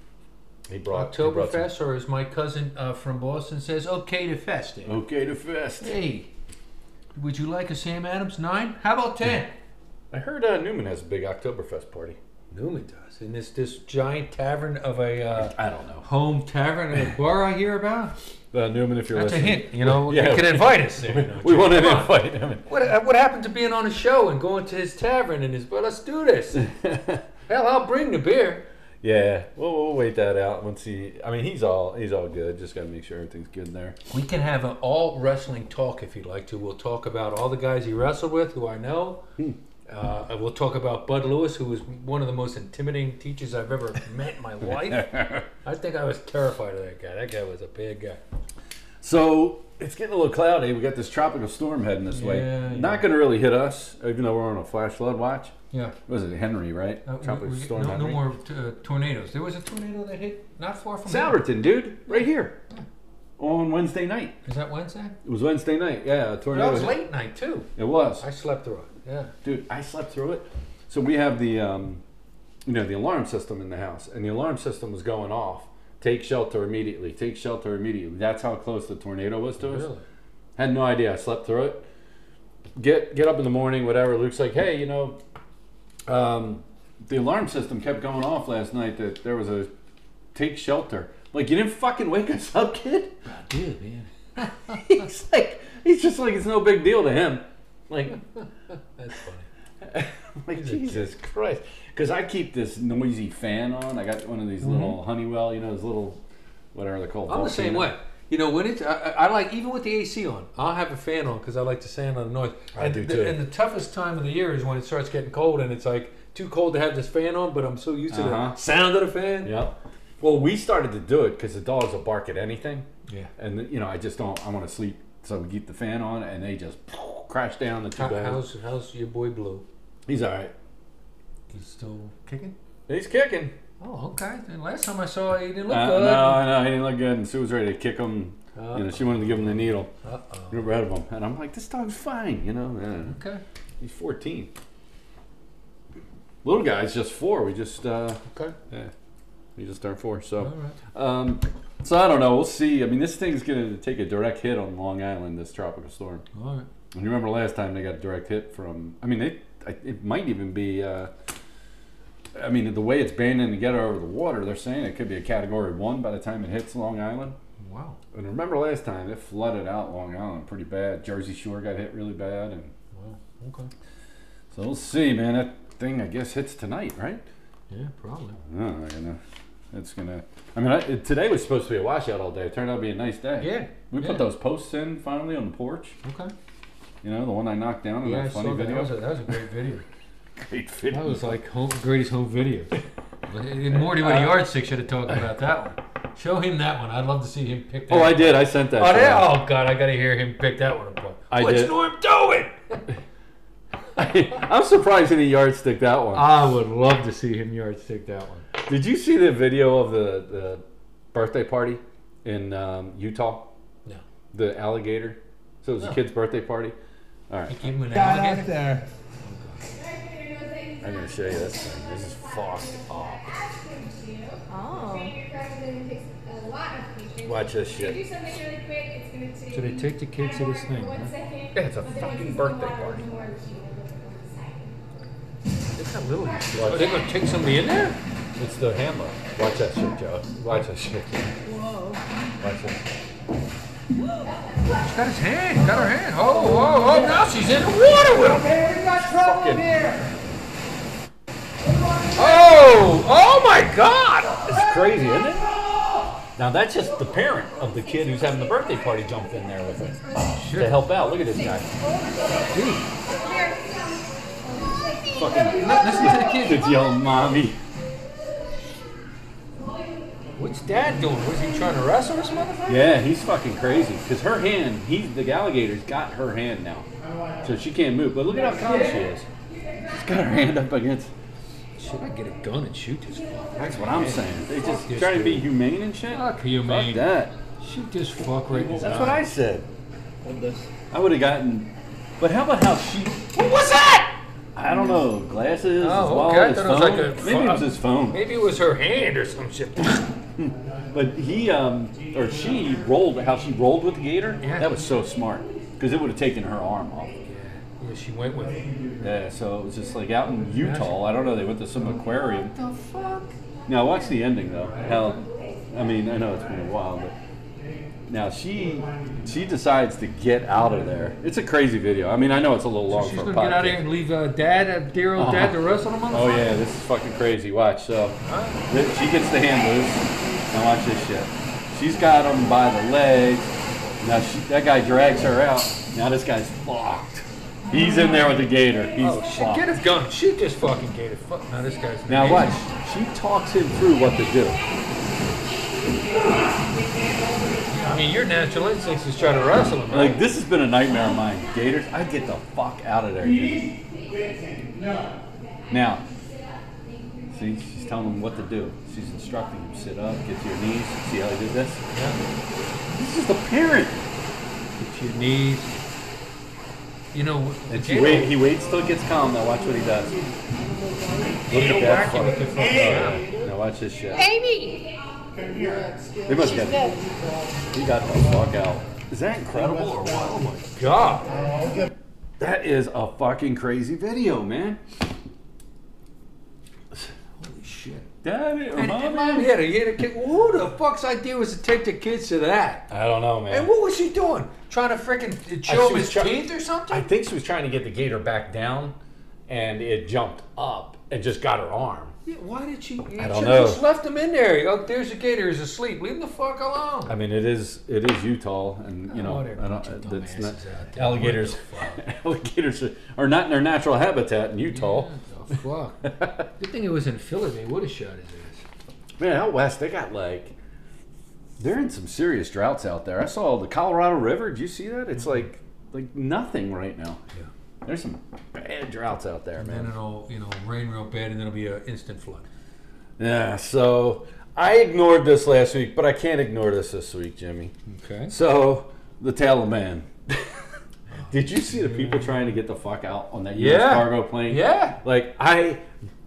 Speaker 1: he brought he brought some-
Speaker 2: Oktoberfest, or as my cousin uh, from Boston says, okay to fest. it.
Speaker 1: Okay, the fest.
Speaker 2: Hey, would you like a Sam Adams nine? How about ten?
Speaker 1: I heard uh, Newman has a big Oktoberfest party.
Speaker 2: Newman does in this this giant tavern of a uh,
Speaker 1: I don't know.
Speaker 2: home tavern and a bar I hear about.
Speaker 1: Uh, Newman, if you're
Speaker 2: That's a
Speaker 1: listening,
Speaker 2: hint, you know.
Speaker 1: Yeah.
Speaker 2: You could invite us there. you know,
Speaker 1: we
Speaker 2: Jim.
Speaker 1: want to
Speaker 2: Come on.
Speaker 1: invite him.
Speaker 2: What, what happened to being on a show and going to his tavern and his, well, let's do this. Hell, I'll bring the beer.
Speaker 1: yeah, we'll, we'll wait that out once he. I mean, he's all he's all good. Just got to make sure everything's good there.
Speaker 2: We can have an all wrestling talk if you'd like to. We'll talk about all the guys he wrestled with, who I know.
Speaker 1: Hmm.
Speaker 2: Uh, and we'll talk about Bud Lewis, who was one of the most intimidating teachers I've ever met in my life. I think I was terrified of that guy. That guy was a bad guy.
Speaker 1: So it's getting a little cloudy. We got this tropical storm heading this way.
Speaker 2: Yeah, yeah.
Speaker 1: Not going to really hit us, even though we're on a flash flood watch.
Speaker 2: Yeah. Uh,
Speaker 1: Was it Henry, right?
Speaker 2: Oh,
Speaker 1: tropical storm
Speaker 2: no,
Speaker 1: Henry.
Speaker 2: more uh, tornadoes. There was a tornado that hit not far from
Speaker 1: Sourton, dude, right here on Wednesday night.
Speaker 2: Is that Wednesday?
Speaker 1: It was Wednesday night. Yeah, a tornado.
Speaker 2: That was
Speaker 1: hit-
Speaker 2: late night, too.
Speaker 1: It was.
Speaker 2: I slept through it. Yeah.
Speaker 1: Dude, I slept through it. So we have the, um, you know, the alarm system in the house, and the alarm system was going off. Take shelter immediately. Take shelter immediately. That's how close the tornado was to us. Had no idea. I slept through it. Get get up in the morning, whatever. Luke's like, hey, you know, um, the alarm system kept going off last night. That there was a take shelter. Like you didn't fucking wake us up, kid.
Speaker 2: Dude, man.
Speaker 1: He's like, he's just like it's no big deal to him. Like
Speaker 2: That's funny.
Speaker 1: Like Jesus Christ, because I keep this noisy fan on. I got one of these little Honeywell, you know, those little whatever they're called.
Speaker 2: Mm-hmm. I'm the same
Speaker 1: volcano.
Speaker 2: way. You know, when it's, I, I I like, even with the AC on, I'll have a fan on because I like the sound of the noise.
Speaker 1: I
Speaker 2: and
Speaker 1: do
Speaker 2: the,
Speaker 1: too.
Speaker 2: And the toughest time of the year is when it starts getting cold and it's like too cold to have this fan on, but I'm so used to
Speaker 1: Uh-huh.
Speaker 2: the sound of the fan.
Speaker 1: Yep. Well, we started to do it because the dogs will bark at anything,
Speaker 2: Yeah.
Speaker 1: and you know, I just don't. I want to sleep, so we keep the fan on, and they just crash down the two
Speaker 2: How,
Speaker 1: beds.
Speaker 2: how's, how's your boy Blue?
Speaker 1: He's all right.
Speaker 2: He's still kicking?
Speaker 1: He's kicking.
Speaker 2: Oh, okay. And last time I saw it, he didn't look
Speaker 1: Uh,
Speaker 2: good. Uh.
Speaker 1: no, no, he didn't look good, and Sue was ready to kick him. you know,
Speaker 2: Uh-oh.
Speaker 1: she wanted to give him the needle.
Speaker 2: Uh-oh.
Speaker 1: Get rid of him, and I'm like, this dog's fine, you know. uh,
Speaker 2: Okay.
Speaker 1: He's 14. Little guy's just four. We just uh,
Speaker 2: Okay.
Speaker 1: yeah, he just turned four. So,
Speaker 2: All right.
Speaker 1: um, so I don't know. We'll see. I mean, this thing's gonna take a direct hit on Long Island. This tropical storm.
Speaker 2: All right.
Speaker 1: And you remember last time they got a direct hit from? I mean, it I- it might even be. Uh, I mean, the way it's banding together over the water, they're saying it could be a Category One by the time it hits Long Island.
Speaker 2: Wow.
Speaker 1: And remember last time it flooded out Long Island pretty bad. Jersey Shore got hit really bad, and
Speaker 2: Wow. Okay.
Speaker 1: so we'll see, man. That thing I guess hits tonight, right? Oh,
Speaker 2: Yeah, probably.
Speaker 1: No, I gonna. It's gonna. I mean, I, it, today was supposed to be a washout all day. It turned out to be a nice day.
Speaker 2: Yeah,
Speaker 1: We
Speaker 2: yeah.
Speaker 1: put those posts in finally on the porch.
Speaker 2: Okay.
Speaker 1: You know, the one I knocked down in
Speaker 2: Yeah, I
Speaker 1: that funny
Speaker 2: saw that. That
Speaker 1: video.
Speaker 2: was, a, that was a great video.
Speaker 1: Great video.
Speaker 2: That was like home, greatest home video. Morty with a yardstick should have talked about that one. Show him that one. I'd love to see him pick that.
Speaker 1: Oh, I did. I sent that.
Speaker 2: Oh,
Speaker 1: to
Speaker 2: yeah.
Speaker 1: him.
Speaker 2: oh God, I gotta hear him pick that one apart.
Speaker 1: I
Speaker 2: What's
Speaker 1: did.
Speaker 2: Norm doing?
Speaker 1: I'm surprised he didn't yardstick that one.
Speaker 2: I would love to see him yardstick that one.
Speaker 1: Did you see the video of the, the birthday party in um, Utah?
Speaker 2: No.
Speaker 1: The alligator. So it was a kid's birthday party. All right,
Speaker 2: Give him an
Speaker 6: Got
Speaker 2: alligator.
Speaker 6: out there.
Speaker 1: I'm gonna show you this thing. This is fucked up.
Speaker 7: Oh.
Speaker 1: Watch this shit.
Speaker 7: So
Speaker 2: So they take the kids to this thing. Huh?
Speaker 7: It's a fucking birthday party.
Speaker 2: Look how little. Are they gonna take somebody in there?
Speaker 1: It's the hammer. Watch that shit, Joe. Watch that shit.
Speaker 7: Whoa.
Speaker 1: Watch this.
Speaker 2: She's got his hand. Got her hand. Oh, oh, oh! Now she's in the water with him.
Speaker 6: Hey, we got trouble
Speaker 1: Fucking-
Speaker 6: here.
Speaker 2: Oh, oh my God!
Speaker 1: It's crazy, isn't it? Now that's just the parent of the kid who's having the birthday party jumped in there with it to help out. Look at this guy. Fucking
Speaker 2: Listen to the kid.
Speaker 1: it's yelling, mommy.
Speaker 2: What's Dad doing? Was he trying to wrestle this motherfucker?
Speaker 1: Yeah, he's fucking crazy. Cause her hand, he the alligator's got her hand now, so she can't move. But look at how calm she is. She's got her hand up against.
Speaker 2: Should I get a gun and shoot this fuck?
Speaker 1: That's what I'm saying. They just
Speaker 2: this
Speaker 1: trying to be
Speaker 2: dude.
Speaker 1: humane and shit. Fuck
Speaker 2: Fuck you, man.
Speaker 1: that.
Speaker 2: Shoot this fuck right in his
Speaker 1: That's what
Speaker 2: eye.
Speaker 1: I said. I would have gotten. But how about how she? What was that? I don't know. Glasses.
Speaker 2: Oh,
Speaker 1: his
Speaker 2: okay.
Speaker 1: wallet,
Speaker 2: I
Speaker 1: his
Speaker 2: thought it was
Speaker 1: phone?
Speaker 2: like a
Speaker 1: Maybe it was
Speaker 2: phone.
Speaker 1: his phone.
Speaker 2: Maybe it was her hand or some shit.
Speaker 1: But he um, or she rolled how she rolled with the gator.
Speaker 2: Yeah.
Speaker 1: That was so smart because it would have taken her arm off.
Speaker 2: yeah, she went with it.
Speaker 1: Yeah, so it was just like out in Utah. I don't know. They went to some aquarium. What the fuck? Now watch the ending though. How? I mean, I know it's been a while, but now she she decides to get out of there. It's a crazy video. I mean, I know it's a little long
Speaker 2: She's
Speaker 1: for a
Speaker 2: gonna get out of
Speaker 1: podcast.
Speaker 2: here and leave uh, Dad, uh, dear old Dad, to wrestle him on the
Speaker 1: Oh yeah, this is fucking crazy. Watch. So th- she gets the hand loose. Now watch this shit. She's got him by the legs. Now she, that guy drags her out. Now this guy's fucked. He's in there with the gator. He's
Speaker 2: Oh shit!
Speaker 1: fucked.
Speaker 2: Get a gun. Shoot this fucking gator. Fuck. Now this guy's.
Speaker 1: Now watch. She talks him through what to do.
Speaker 2: I mean, your natural instincts is try to wrestle him. Right?
Speaker 1: Like this has been a nightmare of mine. Gators, I get the fuck out of there. Dude. Now, see, she's telling him what to do. She's instructing him: sit up, get to your knees. See how he did this? This is the parent.
Speaker 2: If you need, you know, the
Speaker 1: He,
Speaker 2: gator.
Speaker 1: wait, he waits till it gets calm. Now watch what he does. Look at that
Speaker 2: whack him with the
Speaker 1: fuck.
Speaker 2: fucking arm.
Speaker 1: Now watch this shit.
Speaker 7: Baby!
Speaker 1: They must get. He got the fuck out. Is that incredible or what? Oh my
Speaker 2: God.
Speaker 1: That is a fucking crazy video, man.
Speaker 2: Holy shit.
Speaker 1: Daddy or mommy?
Speaker 2: Mom had a gator kid. Who the fuck's idea was to take the kids to that?
Speaker 1: I don't know,
Speaker 2: And
Speaker 1: man.
Speaker 2: what was she doing? Trying to freaking show him
Speaker 1: was
Speaker 2: his
Speaker 1: try-
Speaker 2: teeth or something?
Speaker 1: I think she was trying to get the gator back down, and it jumped up and just got her arm.
Speaker 2: Yeah, why did she? You
Speaker 1: I
Speaker 2: I
Speaker 1: don't
Speaker 2: Just
Speaker 1: know.
Speaker 2: left him in there. Oh, there's a gator. He's asleep. Leave him the fuck alone.
Speaker 1: I mean, it is it is Utah, and you know,
Speaker 2: What a
Speaker 1: I
Speaker 2: bunch
Speaker 1: Oh, don't.
Speaker 2: of
Speaker 1: It's not
Speaker 2: dumbasses out there.
Speaker 1: alligators. alligators are- are not in their natural habitat in Utah.
Speaker 2: What the fuck. Good thing it was in Philly. They would have shot his ass.
Speaker 1: Man, out west they got like they're in some serious droughts out there. I saw the Colorado River. Did you see that? It's like like nothing right now.
Speaker 2: Mm-hmm. Yeah.
Speaker 1: There's some bad droughts out there,
Speaker 2: And
Speaker 1: man.
Speaker 2: then it'll, you know, rain real bad, and then it'll be an instant flood. Mm-hmm.
Speaker 1: Yeah, so I ignored this last week, but I can't ignore this this week, Jimmy.
Speaker 2: Okay.
Speaker 1: So the Taliban. Did you see the people trying to get the fuck out on that U.S.
Speaker 2: Yeah.
Speaker 1: cargo plane?
Speaker 2: Yeah.
Speaker 1: Like I,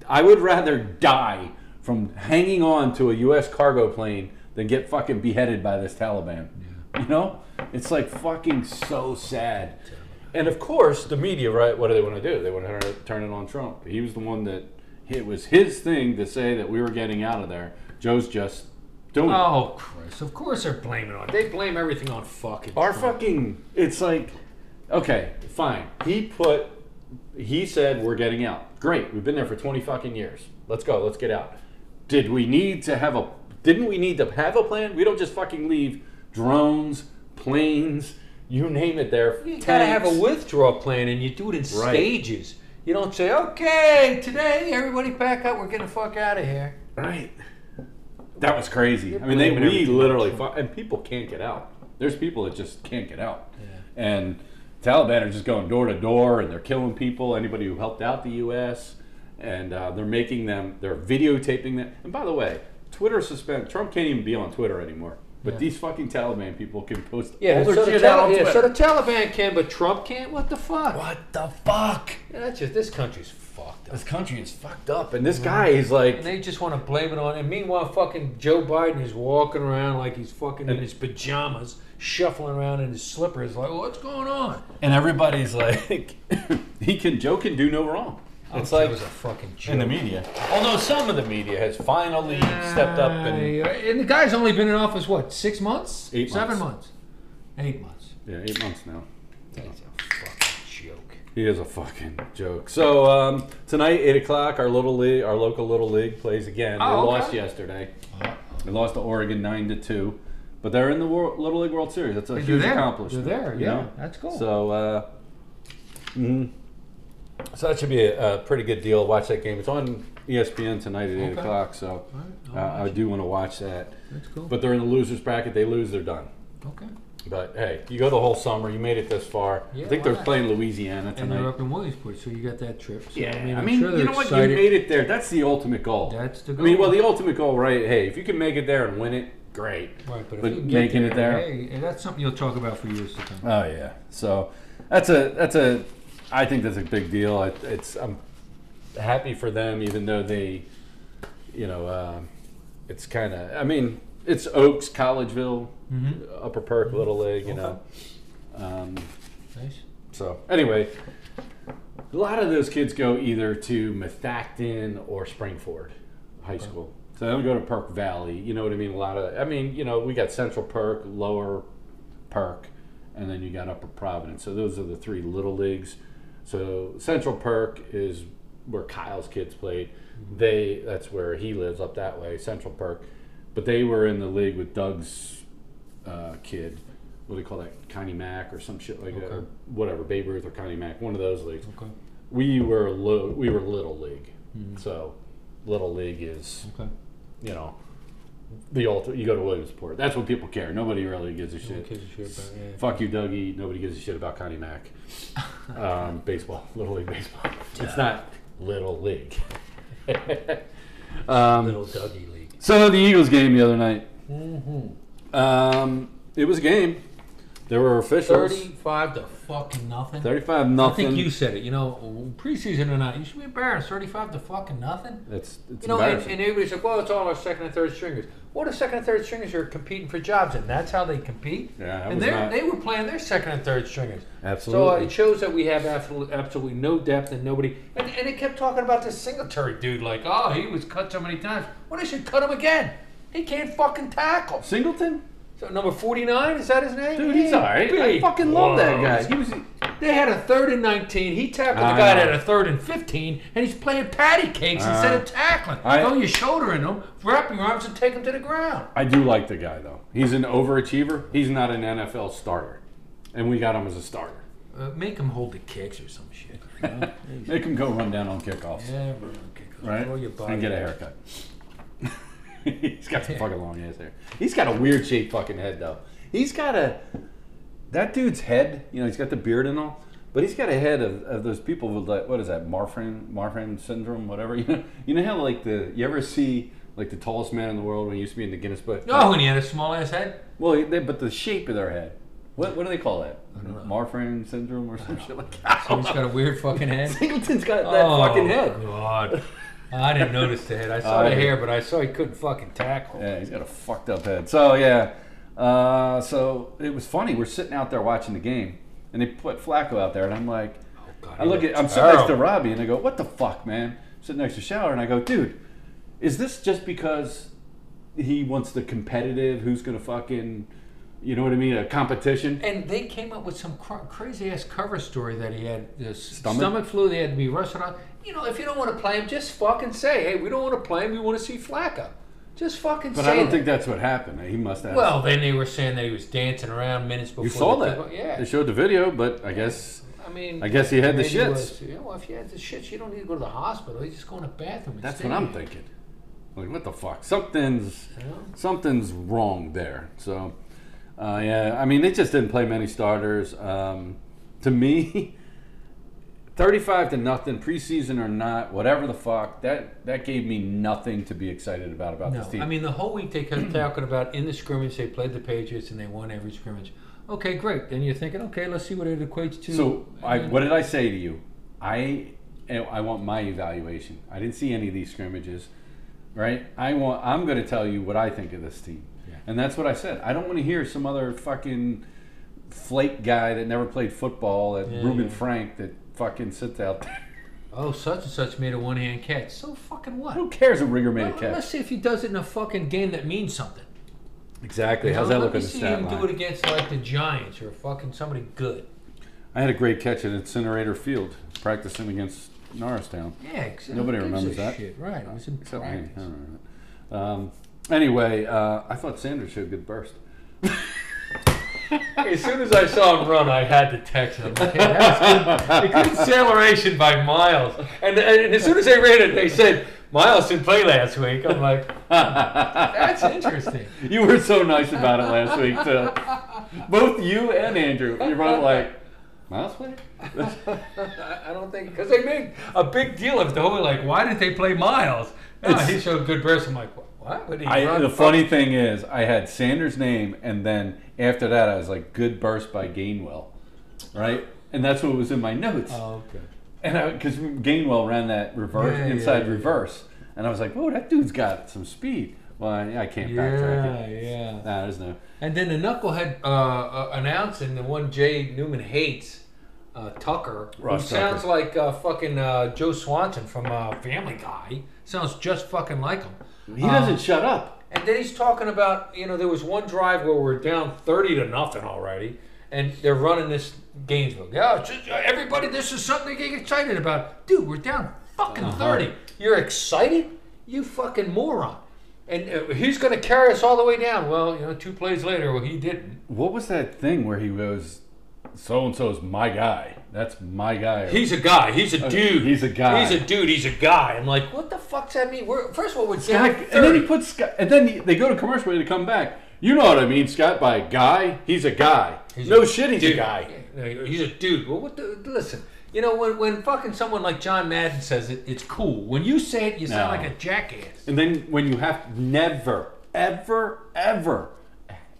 Speaker 1: I would rather die from hanging on to a U.S. cargo plane than get fucking beheaded by this Taliban. You know, it's like fucking so sad. And of course, the media, right? What do they want to do? They want to turn it on Trump. He was the one that it was his thing to say that we were getting out of there. Joe's just doing.
Speaker 2: Oh Christ! Of course they're blaming on. They blame everything on fucking.
Speaker 1: Our
Speaker 2: Trump.
Speaker 1: fucking. It's like, okay, fine. He put. He said we're getting out. Great. We've been there for twenty fucking years. Let's go. Let's get out. Did we need to have a? Didn't we need to have a plan? We don't just fucking leave drones, planes, you name it. There.
Speaker 2: You gotta have a
Speaker 1: tanks.
Speaker 2: withdrawal plan, and you do it in
Speaker 1: Right.
Speaker 2: stages. You don't say, "Okay, today everybody back up. We're getting the fuck out of here."
Speaker 1: Right. That was crazy. I mean, they,
Speaker 2: blaming
Speaker 1: we
Speaker 2: everything on
Speaker 1: literally
Speaker 2: Trump.
Speaker 1: fought, and people can't get out. There's people that just can't get out. And Taliban are just going door to door, and they're killing people. Anybody who helped out the U.S. and uh, they're making them. They're videotaping them. And by the way, Twitter suspended. Trump can't even be on Twitter anymore. But these fucking Taliban people can post
Speaker 2: Yeah,
Speaker 1: all their
Speaker 2: so the,
Speaker 1: shit out
Speaker 2: Tal-
Speaker 1: on
Speaker 2: yeah, so
Speaker 1: Twitter.
Speaker 2: the Taliban can, but Trump can't. What the fuck?
Speaker 1: what the fuck?
Speaker 2: Yeah, that's just this country's fucked up.
Speaker 1: This country is fucked up, and this guy is like.
Speaker 2: And they just want to blame it on. And meanwhile, fucking Joe Biden is walking around like he's fucking in his pajamas, shuffling around in his slippers, like, "What's going on?"
Speaker 1: And everybody's like, he can Joe can do no wrong. It's
Speaker 2: That
Speaker 1: like
Speaker 2: was a fucking joke.
Speaker 1: in the media. Although some of the media has finally stepped up and
Speaker 2: Uh, and the guy's only been in office what six months,
Speaker 1: Eight
Speaker 2: seven
Speaker 1: months.
Speaker 2: months, eight months.
Speaker 1: yeah, eight months now.
Speaker 2: That's a fucking joke.
Speaker 1: He is a fucking joke. So um, tonight, eight o'clock, our little league, our local little league plays again.
Speaker 2: Oh,
Speaker 1: we
Speaker 2: okay.
Speaker 1: lost yesterday. We lost to Oregon nine to two, but they're in the Wor- Little League World Series. That's a
Speaker 2: They're
Speaker 1: huge
Speaker 2: there.
Speaker 1: accomplishment.
Speaker 2: They're there,
Speaker 1: you
Speaker 2: yeah.
Speaker 1: know?
Speaker 2: That's cool.
Speaker 1: So, uh, mhm. so that should be a, a pretty good deal. Watch that game. It's on E ESPN tonight at eight
Speaker 2: Okay.
Speaker 1: o'clock. So
Speaker 2: All right, I'll
Speaker 1: uh, I
Speaker 2: watch it.
Speaker 1: do want to watch that.
Speaker 2: That's cool.
Speaker 1: But they're in the losers bracket. They lose, they're done.
Speaker 2: okay,
Speaker 1: But hey, you go the whole summer. You made it this far.
Speaker 2: Yeah,
Speaker 1: I think
Speaker 2: why
Speaker 1: they're
Speaker 2: not?
Speaker 1: playing Louisiana
Speaker 2: and they're
Speaker 1: tonight.
Speaker 2: up in Williamsport, so you got that trip. So,
Speaker 1: Yeah,
Speaker 2: I mean,
Speaker 1: I
Speaker 2: I'm
Speaker 1: mean,
Speaker 2: sure they're
Speaker 1: you know what?
Speaker 2: excited.
Speaker 1: You made it there. That's the ultimate goal.
Speaker 2: That's the
Speaker 1: I mean,
Speaker 2: goal.
Speaker 1: well, the ultimate goal, right? Hey, if you can make it there and win it, great.
Speaker 2: Right, but, if
Speaker 1: But
Speaker 2: you can get
Speaker 1: making it there.
Speaker 2: hey, and that's something you'll talk about for years to come.
Speaker 1: Oh yeah. So that's a that's a I think that's a big deal. It, it's I'm happy for them, even though they, you know, um it's kind of I mean it's Oaks, Collegeville,
Speaker 2: Mm-hmm.
Speaker 1: Upper Perk, Little League, you know. Um,
Speaker 2: Nice.
Speaker 1: so anyway, a lot of those kids go either to Methacton or Springford High School. So they don't go to Perk Valley. You know what I mean? A lot of I mean, you know, we got Central Perk, Lower Perk, and then you got Upper Providence. So those are the three little leagues. So Central Perk is where Kyle's kids played. They that's where he lives up that way, Central Perk. But they were in the league with Doug's uh, kid. What do they call that? Connie Mack or some shit like that, or
Speaker 2: Okay.
Speaker 1: whatever. Babe Ruth or Connie Mack, one of those leagues.
Speaker 2: Okay.
Speaker 1: We were low. We were little league,
Speaker 2: Mm-hmm.
Speaker 1: so little league is
Speaker 2: Okay.
Speaker 1: you know the ultimate. You go to Williamsport. That's what people care. Nobody really gives a shit.
Speaker 2: gives a shit about- yeah.
Speaker 1: Fuck you, Dougie. Nobody gives a shit about Connie Mack. um, baseball, little league baseball. It's not little league. Um,
Speaker 2: Little Dougie League.
Speaker 1: So the Eagles game the other night.
Speaker 2: Mm-hmm.
Speaker 1: Um, it was a game. There were officials.
Speaker 2: Thirty-five to fucking nothing.
Speaker 1: Thirty-five
Speaker 2: I
Speaker 1: nothing.
Speaker 2: think you said it. You know, preseason or not, you should be embarrassed. Thirty-five to fucking nothing.
Speaker 1: It's, it's
Speaker 2: You know, and,
Speaker 1: embarrassing.
Speaker 2: and everybody's like, well, it's all our second and third stringers. What if second and third stringers are competing for jobs, and that's how they compete?
Speaker 1: Yeah, that
Speaker 2: and
Speaker 1: was
Speaker 2: they're,
Speaker 1: not-
Speaker 2: they were playing their second and third stringers. So uh,
Speaker 1: Absolutely.
Speaker 2: it shows that we have absolu- absolutely no depth and nobody. And, and they kept talking about this Singletary dude, like, oh, he was cut so many times. Well, they should cut him again. He can't fucking tackle.
Speaker 1: Singleton,
Speaker 2: So number forty-nine is that his name?
Speaker 1: dude, he's all right. I
Speaker 2: big
Speaker 1: fucking love that guy.
Speaker 2: blows.
Speaker 1: He was.
Speaker 2: They had a third and 19. He tackled
Speaker 1: I
Speaker 2: the guy that
Speaker 1: know. Uh-huh.
Speaker 2: had a third and 15, and he's playing patty cakes instead of tackling.
Speaker 1: I-
Speaker 2: Throw your shoulder in him, wrap your arms, and take him to the ground.
Speaker 1: I do like the guy though. He's an overachiever. He's not an NFL starter, and we got him as a starter.
Speaker 2: Uh, make him hold the kicks or some shit. you know?
Speaker 1: Make him go run down on kickoffs,
Speaker 2: yeah, bro, kick off.
Speaker 1: right?
Speaker 2: Throw your body.
Speaker 1: and get a haircut. he's got some fucking long ass hair. He's got a weird shaped fucking head though. He's got a that dude's head. You know, he's got the beard and all. But he's got a head of, of those people with like what is that Marfan Marfan syndrome, whatever. You know, you know how like the you ever see like the tallest man in the world when he used to be in the Guinness Book?
Speaker 2: Oh, and he had a small ass head.
Speaker 1: Well, they, but the shape of their head. What, what do they call that? Marfan syndrome or some shit like that.
Speaker 2: So he's got a weird fucking head.
Speaker 1: Singleton's got that
Speaker 2: oh,
Speaker 1: fucking head.
Speaker 2: God. I didn't notice the head. I saw
Speaker 1: I
Speaker 2: the
Speaker 1: did.
Speaker 2: hair, but I saw he couldn't fucking tackle.
Speaker 1: Yeah, he's got a fucked up head. So yeah, uh, so it was funny. We're sitting out there watching the game, and they put Flacco out there, and I'm like,
Speaker 2: God,
Speaker 1: I
Speaker 2: he
Speaker 1: look
Speaker 2: looked
Speaker 1: at, I'm sitting next to
Speaker 2: terrible.
Speaker 1: Robbie, and I go, "What the fuck, man?" I'm sitting next to Shower, and I go, "Dude, is this just because he wants the competitive. Who's gonna fucking, you know what I mean? A competition.
Speaker 2: And they came up with some cr- crazy ass cover story that he had this stomach?
Speaker 1: Stomach?
Speaker 2: flu. They had to be rushed on. You know, if you don't want to play him, just fucking say, hey, we don't want to play him. We want to see Flacco. Just fucking
Speaker 1: But
Speaker 2: say.
Speaker 1: I don't
Speaker 2: that.
Speaker 1: think that's what happened. He must have.
Speaker 2: Well, then they were saying that he was dancing around minutes before.
Speaker 1: you saw
Speaker 2: the-
Speaker 1: that.
Speaker 2: Yeah.
Speaker 1: They showed the video, but I guess
Speaker 2: I mean,
Speaker 1: I guess he had the
Speaker 2: maybe
Speaker 1: shits.
Speaker 2: was- you know, if you had the shits, you don't need to go to the hospital. You just go in the bathroom. and
Speaker 1: that's
Speaker 2: stay
Speaker 1: what I'm
Speaker 2: there,
Speaker 1: thinking. Like, what the fuck? Something's
Speaker 2: you know?
Speaker 1: something's wrong there. So, uh, yeah, I mean, they just didn't play many starters. Um, to me, 35 to nothing, preseason or not, whatever the fuck, that, that gave me nothing to be excited about about this team.
Speaker 2: No, I mean the whole week they kept talking about in the scrimmage they played the Patriots and they won every scrimmage. Okay, great. Then you're thinking, okay, let's see what it equates to.
Speaker 1: so, I,
Speaker 2: And-
Speaker 1: what did I say to you? I, eh, I want my evaluation. I didn't see any of these scrimmages, right? I want. I'm going to tell you what I think of this team, and that's what I said. I don't want to hear some other fucking flake guy that never played football, that
Speaker 2: Yeah,
Speaker 1: Ruben
Speaker 2: yeah.
Speaker 1: Frank that fucking sits out there.
Speaker 2: Oh, such and such made a one-hand catch. So fucking what?
Speaker 1: Who cares if Rigger made a
Speaker 2: Well, Let's
Speaker 1: catch?
Speaker 2: see if he does it in a fucking game that means something.
Speaker 1: Exactly. How's
Speaker 2: You
Speaker 1: that
Speaker 2: know,
Speaker 1: look
Speaker 2: Let
Speaker 1: in
Speaker 2: me
Speaker 1: the
Speaker 2: see
Speaker 1: stat
Speaker 2: him
Speaker 1: line?
Speaker 2: do it against like the Giants or fucking somebody good.
Speaker 1: I had a great catch at Incinerator Field practicing against Norristown.
Speaker 2: Yeah, exactly.
Speaker 1: Nobody remembers that.
Speaker 2: Shit. Right. It was in
Speaker 1: Except me. I
Speaker 2: practice.
Speaker 1: don't remember that. Um, anyway, uh, I thought Sanders showed a good burst.
Speaker 2: As soon as I saw him run, I had to text him. Okay, that was good. good acceleration by Miles. And, and as soon as they ran it, they said, Miles didn't play last week. I'm like, that's interesting.
Speaker 1: You were so nice about it last week, too. Both you and Andrew. You're both like, Miles played?
Speaker 2: I, I don't think, because they made a big deal of it. The whole, like, why did they play Miles? No,
Speaker 1: It's-
Speaker 2: he showed good burst. I'm like, what? What did he
Speaker 1: I,
Speaker 2: run?
Speaker 1: the funny thing is, I had Sanders' name, and then after that, I was like, good burst by Gainwell, right? And that's what was in my notes.
Speaker 2: Oh, okay.
Speaker 1: And because Gainwell ran that reverse
Speaker 2: Yeah, yeah,
Speaker 1: inside
Speaker 2: yeah.
Speaker 1: reverse, and I was like, "Whoa, that dude's got some speed." Well, I, I can't backtrack
Speaker 2: Yeah,
Speaker 1: it.
Speaker 2: yeah.
Speaker 1: Nah, there's no.
Speaker 2: And then the knucklehead uh, uh, announcing the one Jay Newman hates, uh, Tucker,
Speaker 1: Ross
Speaker 2: who sounds
Speaker 1: Tucker.
Speaker 2: like uh, fucking uh, Joe Swanson from uh, Family Guy. Sounds just fucking like him.
Speaker 1: He
Speaker 2: Uh.
Speaker 1: doesn't shut up.
Speaker 2: And then he's talking about you know there was one drive where we're down thirty to nothing already, and they're running this Gainesville. Yeah, it's just- uh, everybody, this is something to get excited about, dude. We're down fucking
Speaker 1: Uh-huh.
Speaker 2: thirty. You're excited? You fucking moron. And uh, he's going to carry us all the way down. Well, you know, two plays later, well, he didn't.
Speaker 1: What was that thing where he goes, "So and so's my guy. That's my guy."
Speaker 2: He's a guy. He's a dude.
Speaker 1: Oh, he's a guy.
Speaker 2: He's a dude. He's a guy. I'm like, what the fuck's that mean? We're, first of all, we're down
Speaker 1: Guy-
Speaker 2: 30.
Speaker 1: and then he puts Scott, and then he, they go to commercial and they come back. You know what I mean, Scott? By guy, he's a guy. no shit, he's a
Speaker 2: dude.
Speaker 1: guy.
Speaker 2: Yeah, He's a dude. Well, what the, listen, you know, when, when fucking someone like John Madden says it, it's cool. When you say it, you sound
Speaker 1: No.
Speaker 2: like a jackass.
Speaker 1: And then when you have never, ever, ever